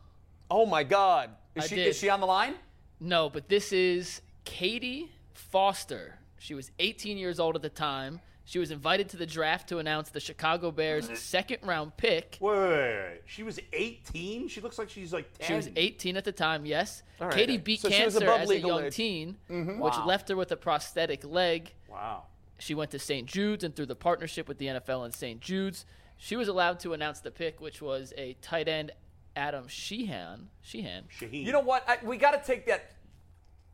Oh my God! Is I she did. is she on the line? No, but this is Katie Foster. She was 18 years old at the time. She was invited to the draft to announce the Chicago Bears' second round pick. Wait, wait, wait, wait. She was 18. She looks like she's like 10. She was 18 at the time, yes. All right. Katie beat So she was cancer above as a legal young age. teen, Mhm. which Wow. left her with a prosthetic leg. Wow. She went to St. Jude's, and through the partnership with the NFL and St. Jude's, she was allowed to announce the pick, which was a tight end, Adam Sheehan. Sheehan. You know what? I, we got to take that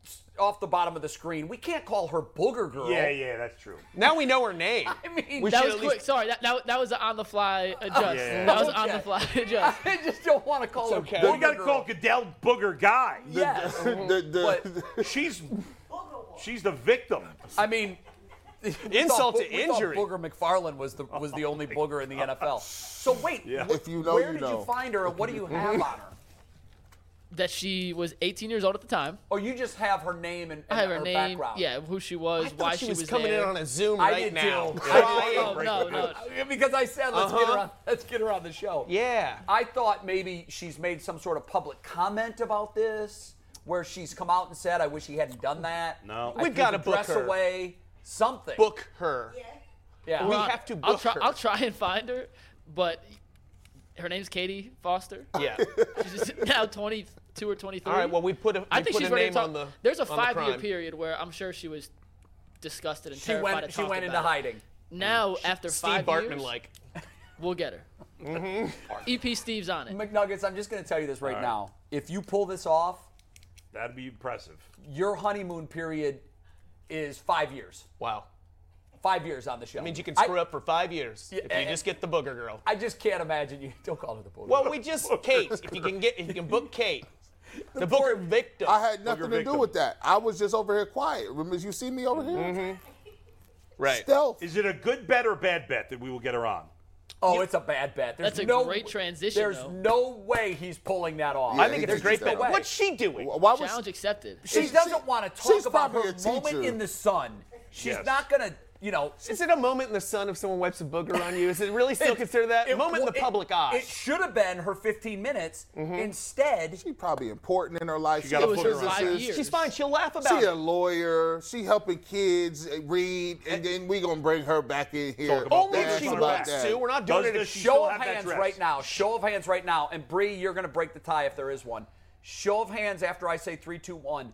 s- off the bottom of the screen. We can't call her Booger Girl. Yeah, yeah, that's true. Now we know her name. I mean, We that should was at quick. least- Sorry, that, that, that was an on the fly adjust. Yeah. That was an on the fly adjust. I just don't want to call her. okay. Well, Booger we got to Girl. call Goodell Booger Guy. Yes. the, the, Mm-hmm. but She's she's the victim. I mean, we Insult thought- to we thought injury. Booger McFarland was the was the only Booger in the NFL. So wait, wh- If you know, where you did know. you find her, and what do you have on her? That she was 18 years old at the time. Or you just have her name and, I have her, and name, background? yeah, who she was, I thought why she was, coming there. in on a Zoom I right did now. too. crying. Oh, no, no. Because I said let's get her Uh-huh. on let's get her on the show. Yeah. I thought maybe she's made some sort of public comment about this, where she's come out and said, "I wish he hadn't done that." No. I We've threw gotta the book dress her. away. Something. Book her. Yeah. We Ron, have to book I'll try, her. I'll try and find her, but her name's Katie Foster. Yeah. She's just now 22 or 23. All right. Well, we put a. We I think put she's a ready name to talk. on the. There's a on the five-year crime. period where I'm sure she was disgusted and She terrified. went. to She talk went about into it. hiding. Now, after Steve five Bartman, years, like. we'll get her. EP Steve's on it. McNuggets, I'm just going to tell you this right, All right. now. If you pull this off, That'd be impressive. your honeymoon period is five years. Wow. Five years on the show. That means you can I- screw up for five years if you and- just get the booger girl. I just can't imagine you. Don't call her the booger. Well, we just Kate. If you can get, if you can book Kate, the booger victim. I had nothing to victim. do with that. I was just over here quiet. Remember, you see me over here? Mm-hmm. right. Stealth. Is it a good bet or bad bet that we will get her on? oh, it's a bad bet. There's That's a no, great transition, There's though. no way he's pulling that off. Yeah, I think it's a There's great no bet. way. What's she doing? Why was Challenge accepted. she She's- doesn't she- want to talk she's about her probably a moment teacher. in the sun. She's Yes. not going to, you know. Is it a moment in the sun if someone wipes a booger on you? Is it really still considered that? it- moment in the it- public eye. Mm-hmm. It should have been her 15 minutes. Instead, she probably important in her life? She got a It was Booger her on. five physicist. years. She's fine. She'll laugh about She it. a lawyer. She helping kids uh, read, and then we gonna bring her back in here. about Only that. if That's she That's wants right. to. We're not doing Does it. the If she, still Show of have that hands dress. right now. Show of hands right now. And Bree, you're going to break the tie if there is one. Show of hands after I say three, two, one.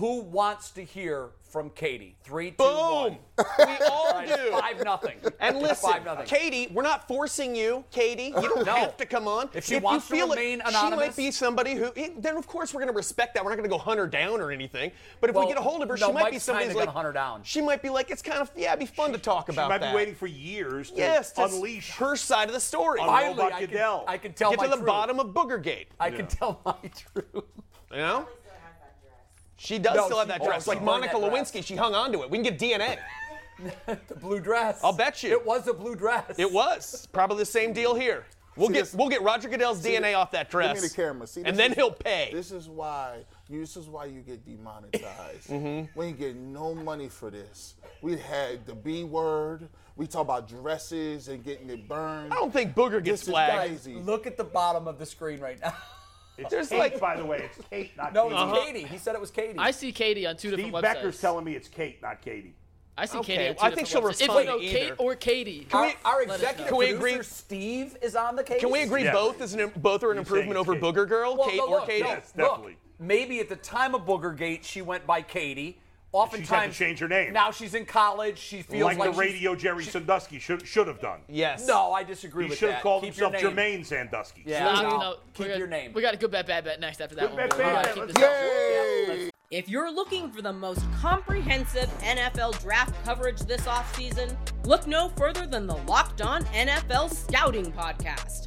Who wants to hear from Katie? Three, two, one. boom. we all do. Five nothing. And listen, five nothing. Katie, we're not forcing you, Katie. You don't No. have to come on. If she wants to you feel remain it, she anonymous- might be somebody who. eh, Then of course we're going to respect that. We're not going to go hunt her down or anything. But if Well, we get a hold of her, no, she might be Mike's somebody kinda who's like gonna hunt her down. She might be like, it's kind of yeah, it'd be fun to talk She about might that. be waiting for years to yes, to unleash her side of the story. Unroll Finally, Robot I can, Goodell. I can tell get my to the truth. bottom of Boogergate. I can tell my truth. You know. She does No, still have she- that oh, dress. she Like burned that Monica dress. Lewinsky, she hung on to it. We can get DNA. The blue dress. I'll bet you. It was a blue dress. It was probably the same deal here. We'll See get this- we'll get Roger Goodell's DNA the- off that dress. Give me the camera. See, and this then is- he'll pay. This is why. You, this is why you get demonetized. Mm-hmm. We ain't getting no money for this. We had the B word. We talk about dresses and getting it burned. I don't think Booger gets This is flagged. crazy. Look at the bottom of the screen right now. It's There's Kate, like- by the way, it's Kate, not No, Katie. it's Uh-huh. Katie. He said it was Katie. I see Katie on two Steve different websites. Becker's telling me it's Kate, not Katie. I see Okay, Katie on two I think different she'll websites. respond If you know to Kate either. or Katie, our, our let us executive know. Can we producer agree- Steve is on the case. Can we agree Yeah. both is an, im- both are an You're saying improvement over Kate. Booger Girl, Kate no, or look, Katie? no, Yes, definitely. Look, maybe at the time of Boogergate, she went by Katie. Oftentimes, change her name. Now she's in college. She feels Like, like, the she's- radio Jerry Sandusky should should have done. Yes. No, I disagree He with should that. have called Keep your himself name. Jermaine Sandusky. Yeah, No, no, no, keep we got, your name. We got a good bad bad bet next after that Good one. bet, but we bad gotta bet. keep Let's this go. up. Yay! If you're looking for the most comprehensive NFL draft coverage this offseason, look no further than the Locked On NFL Scouting Podcast.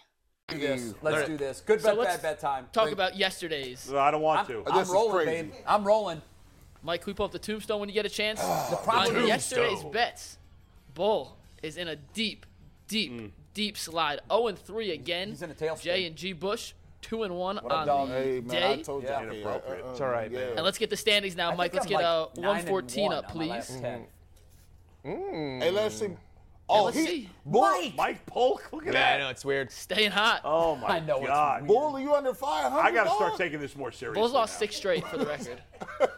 Yes, let's do this. Good So bet, let's bad bet time. Talk about yesterday's. No, I don't want to. I'm rolling, babe. I'm rolling. Mike, can we pull up the tombstone when you get a chance? The problem On is- yesterday's Tombstone. bets, Bull is in a deep, deep, Mm. deep slide. 0 and 3 again. He's in a tailspin. J and G Bush, 2 and 1 What up, on dog? the Hey, man, day. I told Uh, you. Yeah. Inappropriate. It's all right, man. and let's get the standings now, I Mike. Let's think I'm get uh, like 9 and 114 one up, on my last please. Mm. 10. Hey, let's see. Oh, Oh, let's he, see. Bull, Mike Polk, look at Yeah, I know that. it's weird. Staying hot. Oh my I know it's God. weird. Bull, are you under 500? I got to start dog? taking this more seriously. Bulls lost now. six straight for the record.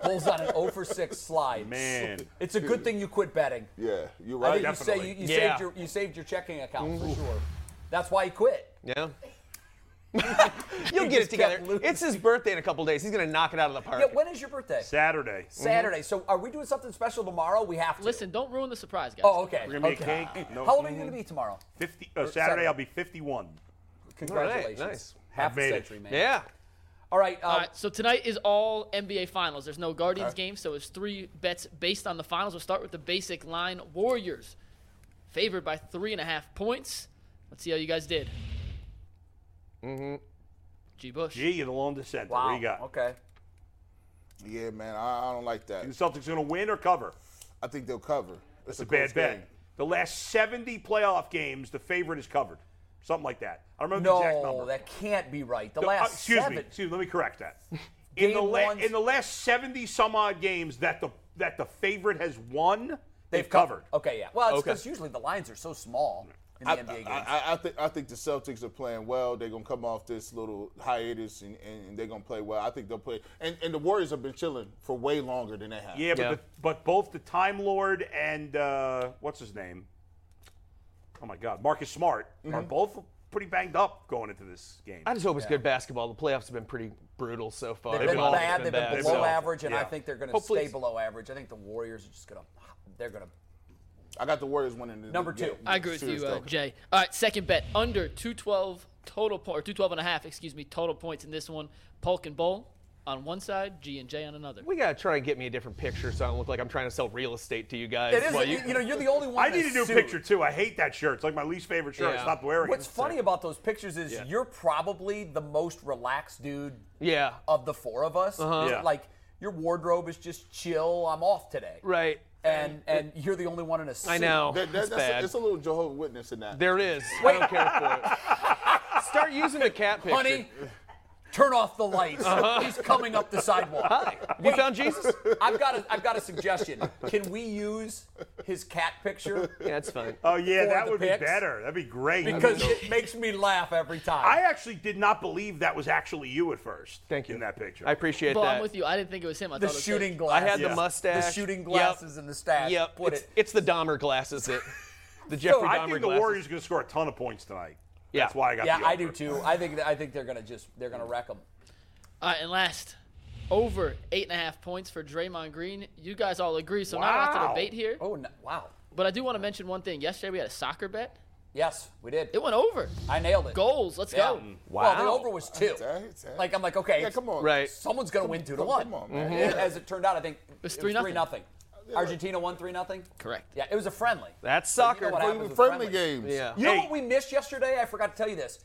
Bulls on an 0 for 6 slide. Man. Uh, It's a good thing you quit betting. Yeah, you're I right. think you, say you, definitely. you, Yeah. saved your, you saved your checking account for sure. That's why he quit. Yeah. You'll get it just kept together. losing. It's his birthday in a couple days. He's gonna knock it out of the park. Yeah, when is your birthday? Saturday. Saturday. So are we doing something special tomorrow? We have to. Listen, don't ruin the surprise, guys. Oh, okay. We're gonna be okay. a cake. No, How old are you going to be tomorrow? 50, uh, Saturday, Saturday. I'll be 51. All right, Congratulations. nice. Half I a made it. century, man. Yeah. All right. Uh, All right, so tonight is all NBA Finals. There's no Guardians game, so it's three bets based on the finals. We'll start with the basic line Warriors, favored by three and a half points. Let's see how you guys did. Mm-hmm. Mm-hmm. G. Bush. Gee, you're the lone dissenter. wow. What do you got? Okay. Yeah, man, I, I don't like that. The Celtics going to win or cover? I think they'll cover. It's It's a close bad bet. game. The last 70 playoff games, the favorite is covered. Something like that. I don't remember the No, exact number. that can't be right. The No, uh, last excuse seven. me. Excuse me. Let me correct that. In the, Game la- ones- in the last 70 some odd games that the that the favorite has won, they've, covered. Okay, yeah. Well, it's Okay. because usually the lines are so small in the I, NBA games. I, I, I think I think the Celtics are playing well. They're gonna come off this little hiatus and, and, and they're gonna play well. I think they'll play. And, and the Warriors have been chilling for way longer than they have. Yeah, but Yeah. The, but both the Time Lord and uh, what's his name? Oh my God, Marcus Smart Mm-hmm. are both pretty banged up going into this game. I just hope it's good basketball. The playoffs have been pretty brutal so far. They've been all bad. They've been below so- average, and I yeah. think they're going to Hopefully stay it's- below average. I think the Warriors are just going to. They're going to. I got the Warriors winning. The, Number the- two. I agree with series, you, uh, though. Jay. All right, second bet under 212 total po- or 212 and a half, excuse me, total points in this one. Polk and Bull on one side, G and J on another. We gotta try and get me a different picture so I don't look like I'm trying to sell real estate to you guys. It is. while you, know, you're the only one. I need a that's new sued. picture too. I hate that shirt. It's like my least favorite shirt. Yeah. Stop wearing What's it. funny about those pictures is you're probably the most relaxed dude Yeah. of the four of us. Yeah. Like your wardrobe is just chill. I'm off today. Right. And and you're the only one in a suit. I know. That- that- it's that's bad. A, it's a little Jehovah's Witness in that. there it is. I don't care for it. Start using the cat picture. Honey, turn off the lights. He's coming up the sidewalk. Hi. You found Jesus? I've got a I've got a suggestion. Can we use his cat picture? Yeah, it's fine. Oh yeah, for that the would pics? be better. That'd be great. Because it makes me laugh every time. I actually did not believe that was actually you at first. Thank you. In that picture. I appreciate Bull, that. I'm with you. I didn't think it was him. I the thought it was shooting Him. I glasses. had Yeah. the mustache. The shooting Yep. glasses and the stash. Yep. Put it's, it. it's the Dahmer glasses that the Jeffrey So Dahmer Oh, I think the glasses. Warriors are going to score a ton of points tonight. Yeah. That's why I got. yeah, the I over. do too. I think I think they're gonna just they're gonna wreck them. All right, and last, over eight and a half points for Draymond Green. You guys all agree, so not a lot to Wow. debate here. Oh no, wow. But I do want to mention one thing. Yesterday we had a soccer bet. Yes, we did. It went over. I nailed it. Goals. Let's Yeah. go. Well, the Wow. over was two. Like I'm like okay. Yeah, come on. Right. Someone's gonna win two to come- one. come on, man. And As it turned out, I think it was was three three nothing. nothing. Argentina won three nothing. Correct. Yeah, it was a friendly. That's But soccer. You know what Friendly- happens with friendly friendlies. games. Yeah. You know Hey. what we missed yesterday? I forgot to tell you this.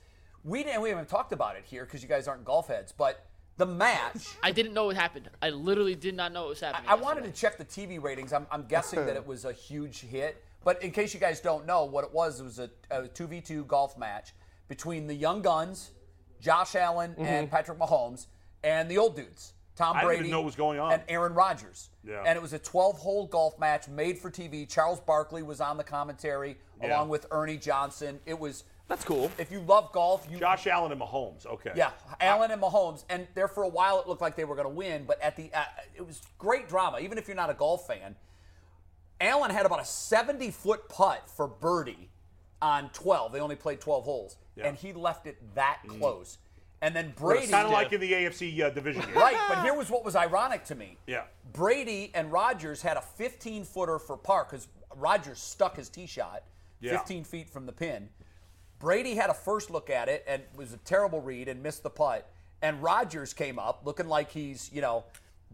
We didn't. We haven't talked about it here because you guys aren't golf heads. But the match, I didn't know it happened. I literally did not know it was happening. I wanted to yesterday. check the TV ratings. I'm, I'm guessing that it was a huge hit. But in case you guys don't know, what it was, it was a, a 2v2 golf match between the young guns, Josh Allen and Patrick Mahomes, and the old dudes, Tom Mm-hmm. I didn't Brady, even know what was going on. and Aaron Rodgers. Yeah. And it was a 12-hole golf match made for TV. Charles Barkley was on the commentary Yeah. along with Ernie Johnson. It was That's cool. if you love golf, you Josh Allen and Mahomes. Okay. yeah, Allen and Mahomes, and there for a while it looked like they were going to win, but at the uh, it was great drama. Even if you're not a golf fan, Allen had about a 70 foot putt for birdie on 12. They only played 12 holes, and he left it that close. And then Brady, Kind of like in the AFC uh, division game. right? But here was what was ironic to me. Yeah. Brady and Rogers had a 15 footer for par because Rogers stuck his tee shot Yeah. 15 feet from the pin. Brady had a first look at it and was a terrible read and missed the putt. And Rogers came up looking like he's, you know,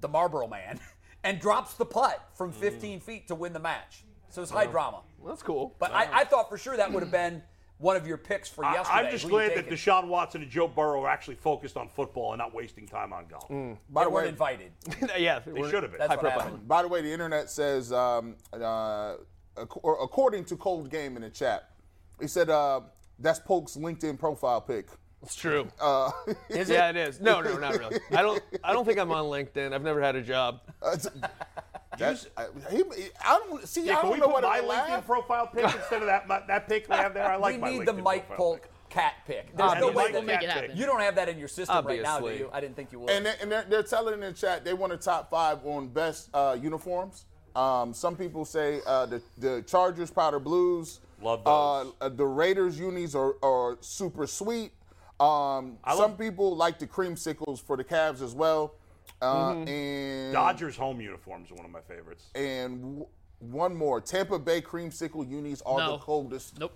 the Marlboro man and drops the putt from Mm. 15 feet to win the match. So it's high drama. that's cool. But I, I thought for sure that would have been one of your picks for I, yesterday. I'm just Who you glad that taking? Deshaun Watson and Joe Burrow are actually focused on football and not wasting time on golf. By the They weren't way, invited. yeah, They should have been. That's what profile. happened. by the way, the internet says, um, uh, ac- or according to Cold Game in the chat, he said uh, that's Polk's LinkedIn profile pic. It's true. Uh, yeah, it is. No, no, not really. I don't. I don't think I'm on LinkedIn. I've never had a job. that's- I, he, I don't see. Yeah, I can we don't know put what my I LinkedIn laugh. profile pic instead of that my, that pic we have there? I like we my need LinkedIn the Mike profile Polk pic. cat pick. There's And no the way Mike that make it Cat happen. pic. you don't have that in your system right now, do Obviously. you? I didn't think you would. And, they, and they're, they're telling in the chat they want a top five on best uh, uniforms. Um, some people say uh, the, the Chargers powder blues. Love those. Uh, the Raiders unis are, are super sweet. Um, I some love- people like the creamsicles for the Cavs as well. Uh, And Mm-hmm. Mm. Dodgers home uniforms are one of my favorites. and w- one more Tampa Bay creamsicle unis are the No. coldest. Nope.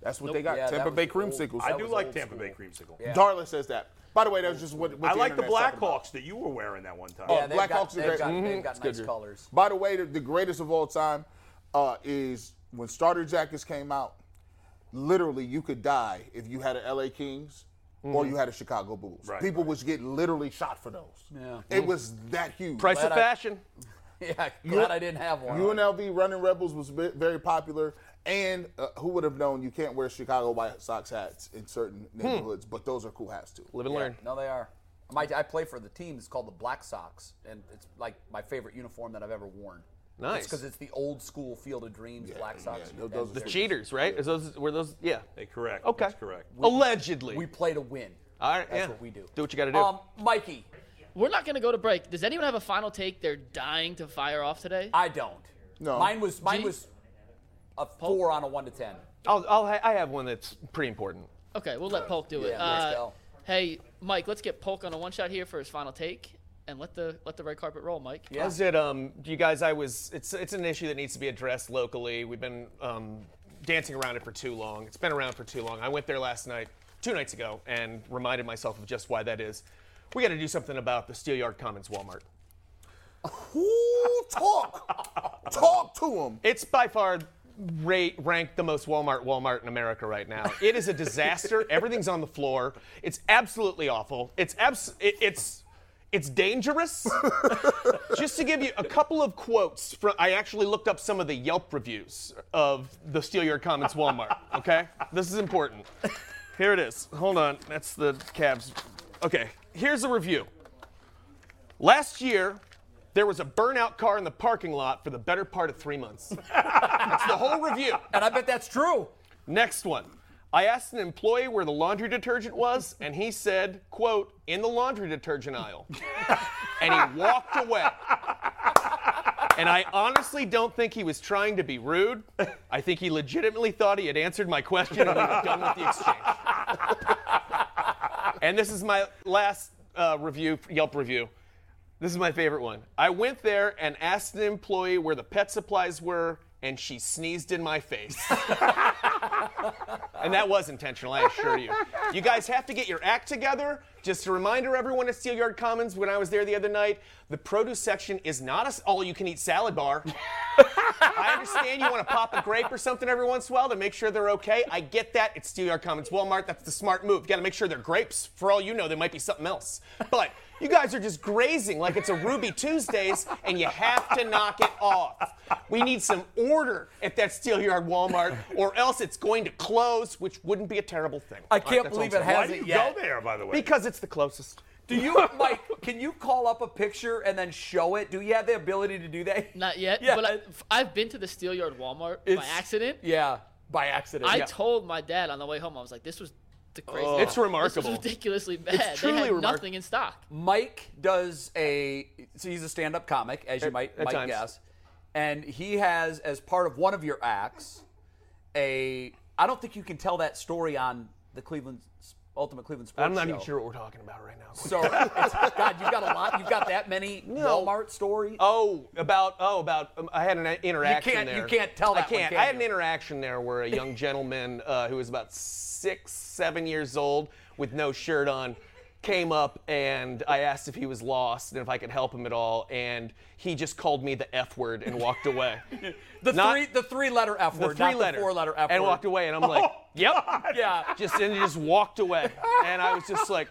That's what Nope. they got. Yeah, that Tampa was Bay the old- creamsicles. I that do was like old Tampa Bay school. creamsicle. Darla says that. By the way, that was just what. what I like the internet's talking about. Blackhawks that you were wearing that one time. yeah, they've Blackhawks got, is they've great. got, they've Mhm. got nice colors. By the way, the, the greatest of all time uh, is when starter jackets came out. Literally, you could die if you had a LA Kings or you had a Chicago Bulls. Mm-hmm. Right, Mm-hmm. People was getting literally shot for those. Yeah. It was that huge. Price of I- fashion. Yeah, glad I didn't have one. UNLV running Rebels was ve- very popular, and uh, who would have known you can't wear Chicago White Sox hats in certain Hmm. neighborhoods, but those are cool hats too. Live and learn. no, they are. My, I play for the team. It's called the Black Sox, and it's like my favorite uniform that I've ever worn. Nice. because it's the old school Field of Dreams Black Sox. yeah, those and The cheaters, right? Is those were those? Yeah. They correct. Okay. That's correct. Allegedly. we play to win. All right. That's yeah. what we do. Do what you got to do. Um, Mikey, We're not going to go to break. Does anyone have a final take they're dying to fire off today? I don't. No. Mine was mine G? was a four on a one to ten. I'll, I'll. ha- I have one that's pretty important. Okay, we'll let Polk do it. Yeah, let's Uh, go. Hey, Mike, let's get Polk on a one shot here for his final take, and let the let the red carpet roll, Mike. Yeah. Is it, um, you guys, I was, it's, it's an issue that needs to be addressed locally. We've been um, dancing around it for too long. It's been around for too long. I went there last night, two nights ago, and reminded myself of just why that is. We got to do something about the Steelyard Commons Walmart. Ooh, talk, talk to them. It's by far rate, ranked the most Walmart Walmart in America right now. It is a disaster. Everything's on the floor. It's absolutely awful. It's abs- it, it's it's dangerous. Just to give you a couple of quotes from I actually looked up some of the Yelp reviews of the Steal Your Comments Walmart, okay? This is important. Here it is. Hold on. That's the Cavs. Okay. Here's a review. Last year, there was a burnout car in the parking lot for the better part of three months. That's the whole review. And I bet that's true. Next one. I asked an employee where the laundry detergent was, and he said, quote, in the laundry detergent aisle. and he walked away. And I honestly don't think he was trying to be rude. I think he legitimately thought he had answered my question and we were done with the exchange. and this is my last uh, review, Yelp review. This is my favorite one. I went there and asked an employee where the pet supplies were, and she sneezed in my face. and that was intentional, I assure you. You guys have to get your act together. Just a reminder, everyone at Steelyard Commons, when I was there the other night, the produce section is not an all-you-can-eat salad bar. I understand you want to pop a grape or something every once in a while to make sure they're okay. I get that. It's Steelyard Commons Walmart. That's the smart move. You got to make sure they're grapes. For all you know, they might be something else. But you guys are just grazing like it's a Ruby Tuesdays, and you have to knock it off. We need some order at that Steelyard Walmart, or else it's going to close, which wouldn't be a terrible thing. I All right, can't that's all believe I'm it saying. Why hasn't do you yet. go there, by the way? Because it's the closest. Do you, Mike? Can you call up a picture and then show it? Do you have the ability to do that? Not yet, Yeah. but I, I've been to the Steelyard Walmart by It's- accident. Yeah, by accident. I yeah. told my dad on the way home, I was like, this was the craziest. It's this was remarkable. ridiculously bad. truly they had remark- nothing in stock. Mike does a. So he's a stand-up comic, as you might at might times. guess, and he has as part of one of your acts a I don't think you can tell that story on the Cleveland Ultimate Cleveland Sports. I'm not show. even sure what we're talking about right now. So, it's, God, you've got a lot. You've got that many No. Walmart stories. Oh, about oh about um, I had an interaction can't- there. you can't tell I that one, can't. can I had an you? interaction there where a young gentleman uh, who was about six, seven years old with no shirt on came up and I asked if he was lost and if I could help him at all, and he just called me the F word and walked away. The Not- three, the three-letter F the word, three not letter, the four-letter F and word. walked away, and I'm like, yep, Yeah. just and he just walked away, and I was just like,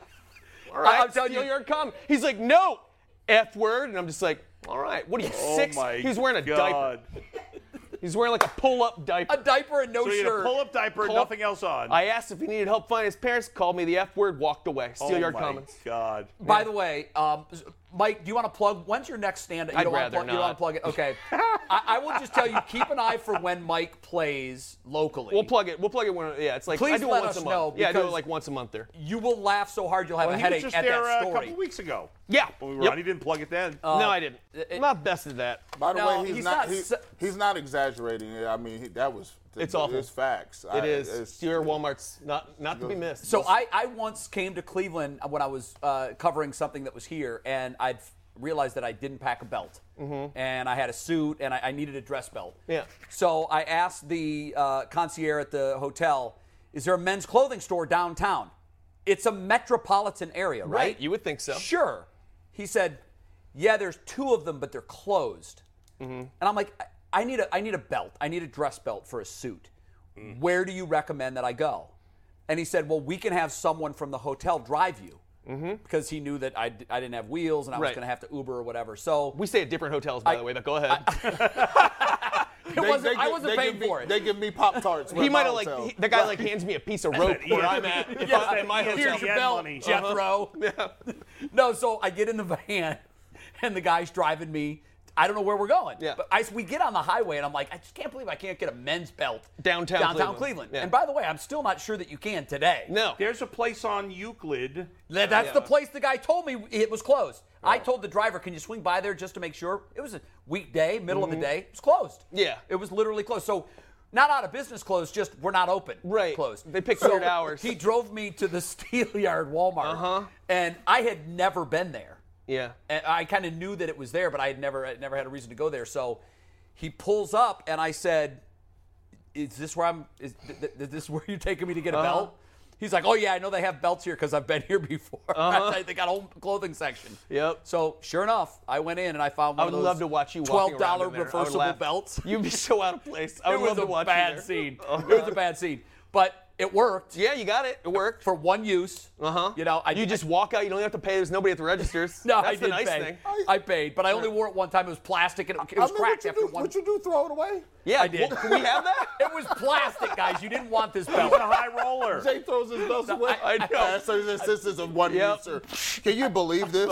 all I- right, I'm telling steal you- your comment. He's like, no, f word, and I'm just like, all right, what are you Oh six? my he was wearing a diaper. God. He's wearing like a pull-up diaper. A diaper and no So you had a shirt. pull-up diaper, Pull- nothing else on. I asked if he needed help finding his parents. Called me the f word, walked away. Steal oh your my comments. God. By the way, um, Mike, do you want to plug? When's your next stand-up? You I'd don't rather want to plug, You don't not. want to plug it. Okay. I, I will just tell you, keep an eye for when Mike plays locally. We'll plug it. We'll plug it when. Yeah, it's like I Please do it let once us a month. know, yeah, I do it because- like once a month there. you will laugh so hard you'll have Well, a he headache was just at there uh, that a story. couple weeks ago. Yeah. When we were Yep. on, he didn't plug it then. Uh, no, I didn't. I'm not best at that. By the No, way, he's, he's not, not he- s- he's not exaggerating. it. I mean, he, that was It's awful. It's facts. I- It is. it's- Steer Walmart's not not to be missed. So I, I once came to Cleveland when I was uh, covering something that was here, and I'd f- realized that I didn't pack a belt, and I had a suit, and I, I needed a dress belt. Yeah. So I asked the uh, concierge at the hotel, "Is there a men's clothing store downtown? It's a metropolitan area, right? you would think so. Sure." He said, "Yeah, there's two of them, but they're closed." Mm-hmm. And I'm like, "I- "I need a I need a belt. I need a dress belt for a suit. Mm. Where do you recommend that I go?" And he said, "Well, we can have someone from the hotel drive you." Because he knew that I, d- I didn't have wheels and I was Mm-hmm. Right. going to have to Uber or whatever. So We stay at different hotels, by the way. But go ahead. it wasn't, I gi- wasn't they paying give me- for it. They give me Pop Tarts. he might have like he, the guy like hands me a piece of rope where I'm at if Yes, I'm at my that hotel. Here's your ESPN belt, money. Jethro. Uh-huh. no, so I get in the van, and the guy's driving me. I don't know where we're going. Yeah. But I, we get on the highway, and I'm like, I just can't believe I can't get a men's belt Downtown downtown Cleveland. Cleveland. Yeah. And by the way, I'm still not sure that you can today. No. There's a place on Euclid. That- that's the place the guy told me it was closed. I told the driver, "Can you swing by there just to make sure?" It was a weekday, middle of the day. It was closed. Mm-hmm. Yeah. it was literally closed. So, not out of business, closed. Just we're not open. Right. closed. They picked so weird hours. He drove me to the Steelyard Walmart, uh-huh. and I had never been there. Yeah. And I kind of knew that it was there, but I had never I'd never had a reason to go there. So, he pulls up, and I said, "Is this where I'm? Is th- th- th- this where you're taking me to get a Uh-huh. belt?" He's like, "Oh yeah, I know they have belts here because I've been here before. Uh-huh. they got a whole clothing section." Yep. So sure enough, I went in and I found. I One would of those love to watch you walking Twelve around dollar in there. I would reversible laugh. belts. You'd be so out of place. I it would was love to a watch you bad there. scene. It was a bad scene, but it worked Yeah, you got it. It worked. for one use. Uh Uh-huh. You know, I you just walk out. You don't have to pay. There's nobody at the registers. no, That's I the did nice pay. thing. I paid, but I only wore it one time. It was plastic and it, it I was mean, cracked what you after do? one. What you do? Throw it away? Yeah, I did. well, can we have that? It was plastic, guys. You didn't want this He's belt. a high roller. Jay throws his belts away. I know. That's his assistants of one Yep. Uh-huh. user. Can you believe this?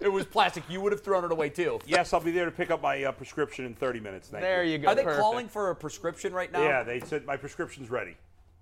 It was plastic. You would have thrown it away too. yes, I'll be there to pick up my uh, prescription in 30 minutes. Thank There you. you go. Are they Perfect. calling for a prescription right now? Yeah, they said my prescription's ready.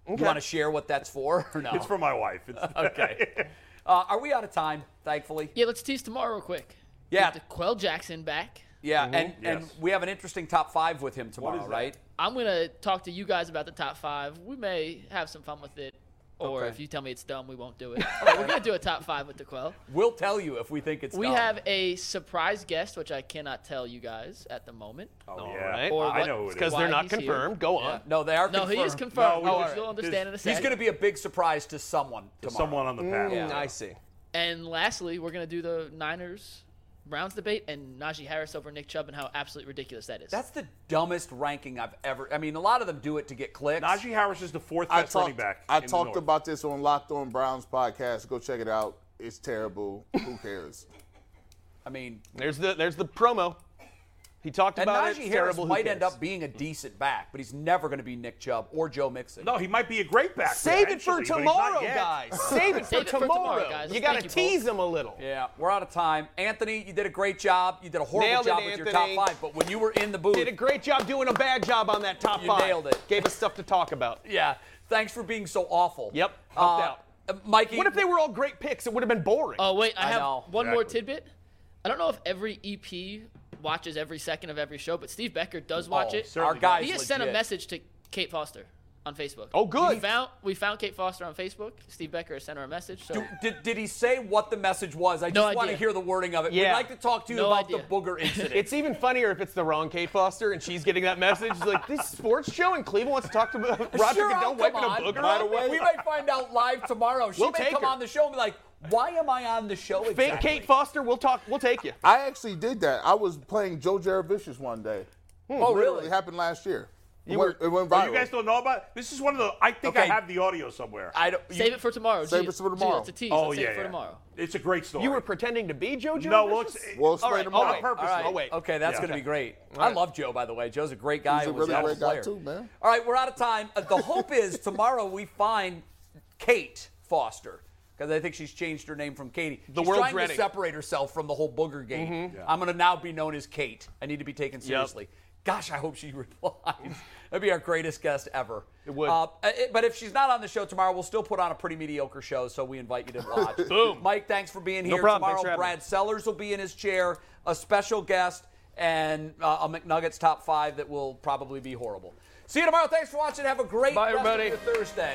You want to share what that's for or no? It's for my wife. It's, okay. Uh, are we out of time? Thankfully. Yeah, let's tease tomorrow real quick. We Yeah. have to Quell Jackson back. Yeah, and and Mm-hmm. Yes. we have an interesting top five with him tomorrow, is that? right? I'm gonna talk to you guys about the top five. We may have some fun with it, or Okay. if you tell me it's dumb, we won't do it. But we're gonna do a top five with the Quell. We'll tell you if we think it's. We dumb. have a surprise guest, which I cannot tell you guys at the moment. All right. Or Oh, I what- know who it is. because why they're not he's here. confirmed. Go on. No, they are. No, he is confirmed. confirmed. No, No, we- You'll understand in a second. He's going to be a big surprise to someone tomorrow. Someone on the panel. Mm, I see. And lastly, we're gonna do the Niners Browns debate and Najee Harris over Nick Chubb and how absolutely ridiculous that is. That's the dumbest ranking I've ever. I mean, a lot of them do it to get clicks. Najee Harris is the fourth I best talked, running back. I in the talked North. about this on Locked On Browns podcast. Go check it out. It's terrible. Who cares? I mean, There's the there's the promo. He talked and about it. Najee It's Harris terrible. Who might end cares? up being a decent back, but he's never going to be Nick Chubb or Joe Mixon. No, he might be a great back. Save it for potentially, but he's tomorrow, not yet. guys. Save it for Save it for tomorrow, tomorrow. guys. You got to Thank you, Paul. tease them a little. Yeah, we're out of time. Anthony, you did a great job. You did a horrible Nailed it, job with your top Anthony. five, but when you were in the booth, Did a great job doing a bad job on that top You five. nailed it. Gave us stuff to talk about. yeah. Thanks for being so awful. Yep, Uh, helped out. uh, Mikey. What if they were all great picks? It would have been boring. Oh wait, I, I have know. one more Exactly. tidbit. I don't know if every E EP watches every second of every show, but Steve Becker does watch Oh, it. Our guys He has sent a legit. message to Kate Foster on Facebook. Oh, good. We found we found Kate Foster on Facebook. Steve Becker sent her a message. So Did, did he say what the message was? I just No want to idea. hear the wording of it. We'd Yeah. like to talk to you No about idea. the booger incident. It's even funnier if it's the wrong Kate Foster and she's getting that message. It's like this sports show in Cleveland wants to talk to Roger Sure, Goodell come wiping on, a book. girl. By the way, We might find out live tomorrow. She We'll may take come her. on the show and be like, why am I on the show Fake exactly? Kate Foster, we'll talk. We'll take you. I actually did that. I was playing Joe Jaravicious one day. Oh, really? It happened last year. It You went, were- it went Oh, viral. you guys don't know about this. Is one of the. I think I Okay. have the audio somewhere. I don't, save it for tomorrow. Save Gee, it for gee, tomorrow. it's a tease. oh Let's yeah, save it for yeah. tomorrow. It's a great story. You were pretending to be Joe Joe. no, well, it's, We'll explain right, tomorrow. all on right, purpose. All right. Oh, wait. Okay, that's Yeah. going to be great. I love Joe, by the way. Joe's a great guy. He's a and was really hell of great guy, player. too, man. All right, we're out of time. Uh, The hope is tomorrow we find Kate Foster because I think she's changed her name from Katie. The she's world's trying ready. Mm-hmm. to separate herself from the whole booger game. I'm going to now be known as Kate. I need to be taken seriously. Gosh, I hope she replies. That'd be our greatest guest ever. It would. Uh, it- but if she's not on the show tomorrow, we'll still put on a pretty mediocre show, so we invite you to watch. Boom. Mike, thanks for being here. problem. Thanks for Tomorrow, having me. Brad Sellers will be in his chair, a special guest, and uh, a McNuggets top five that will probably be horrible. See you tomorrow. Thanks for watching. Have a great Bye, rest everybody. of your Thursday.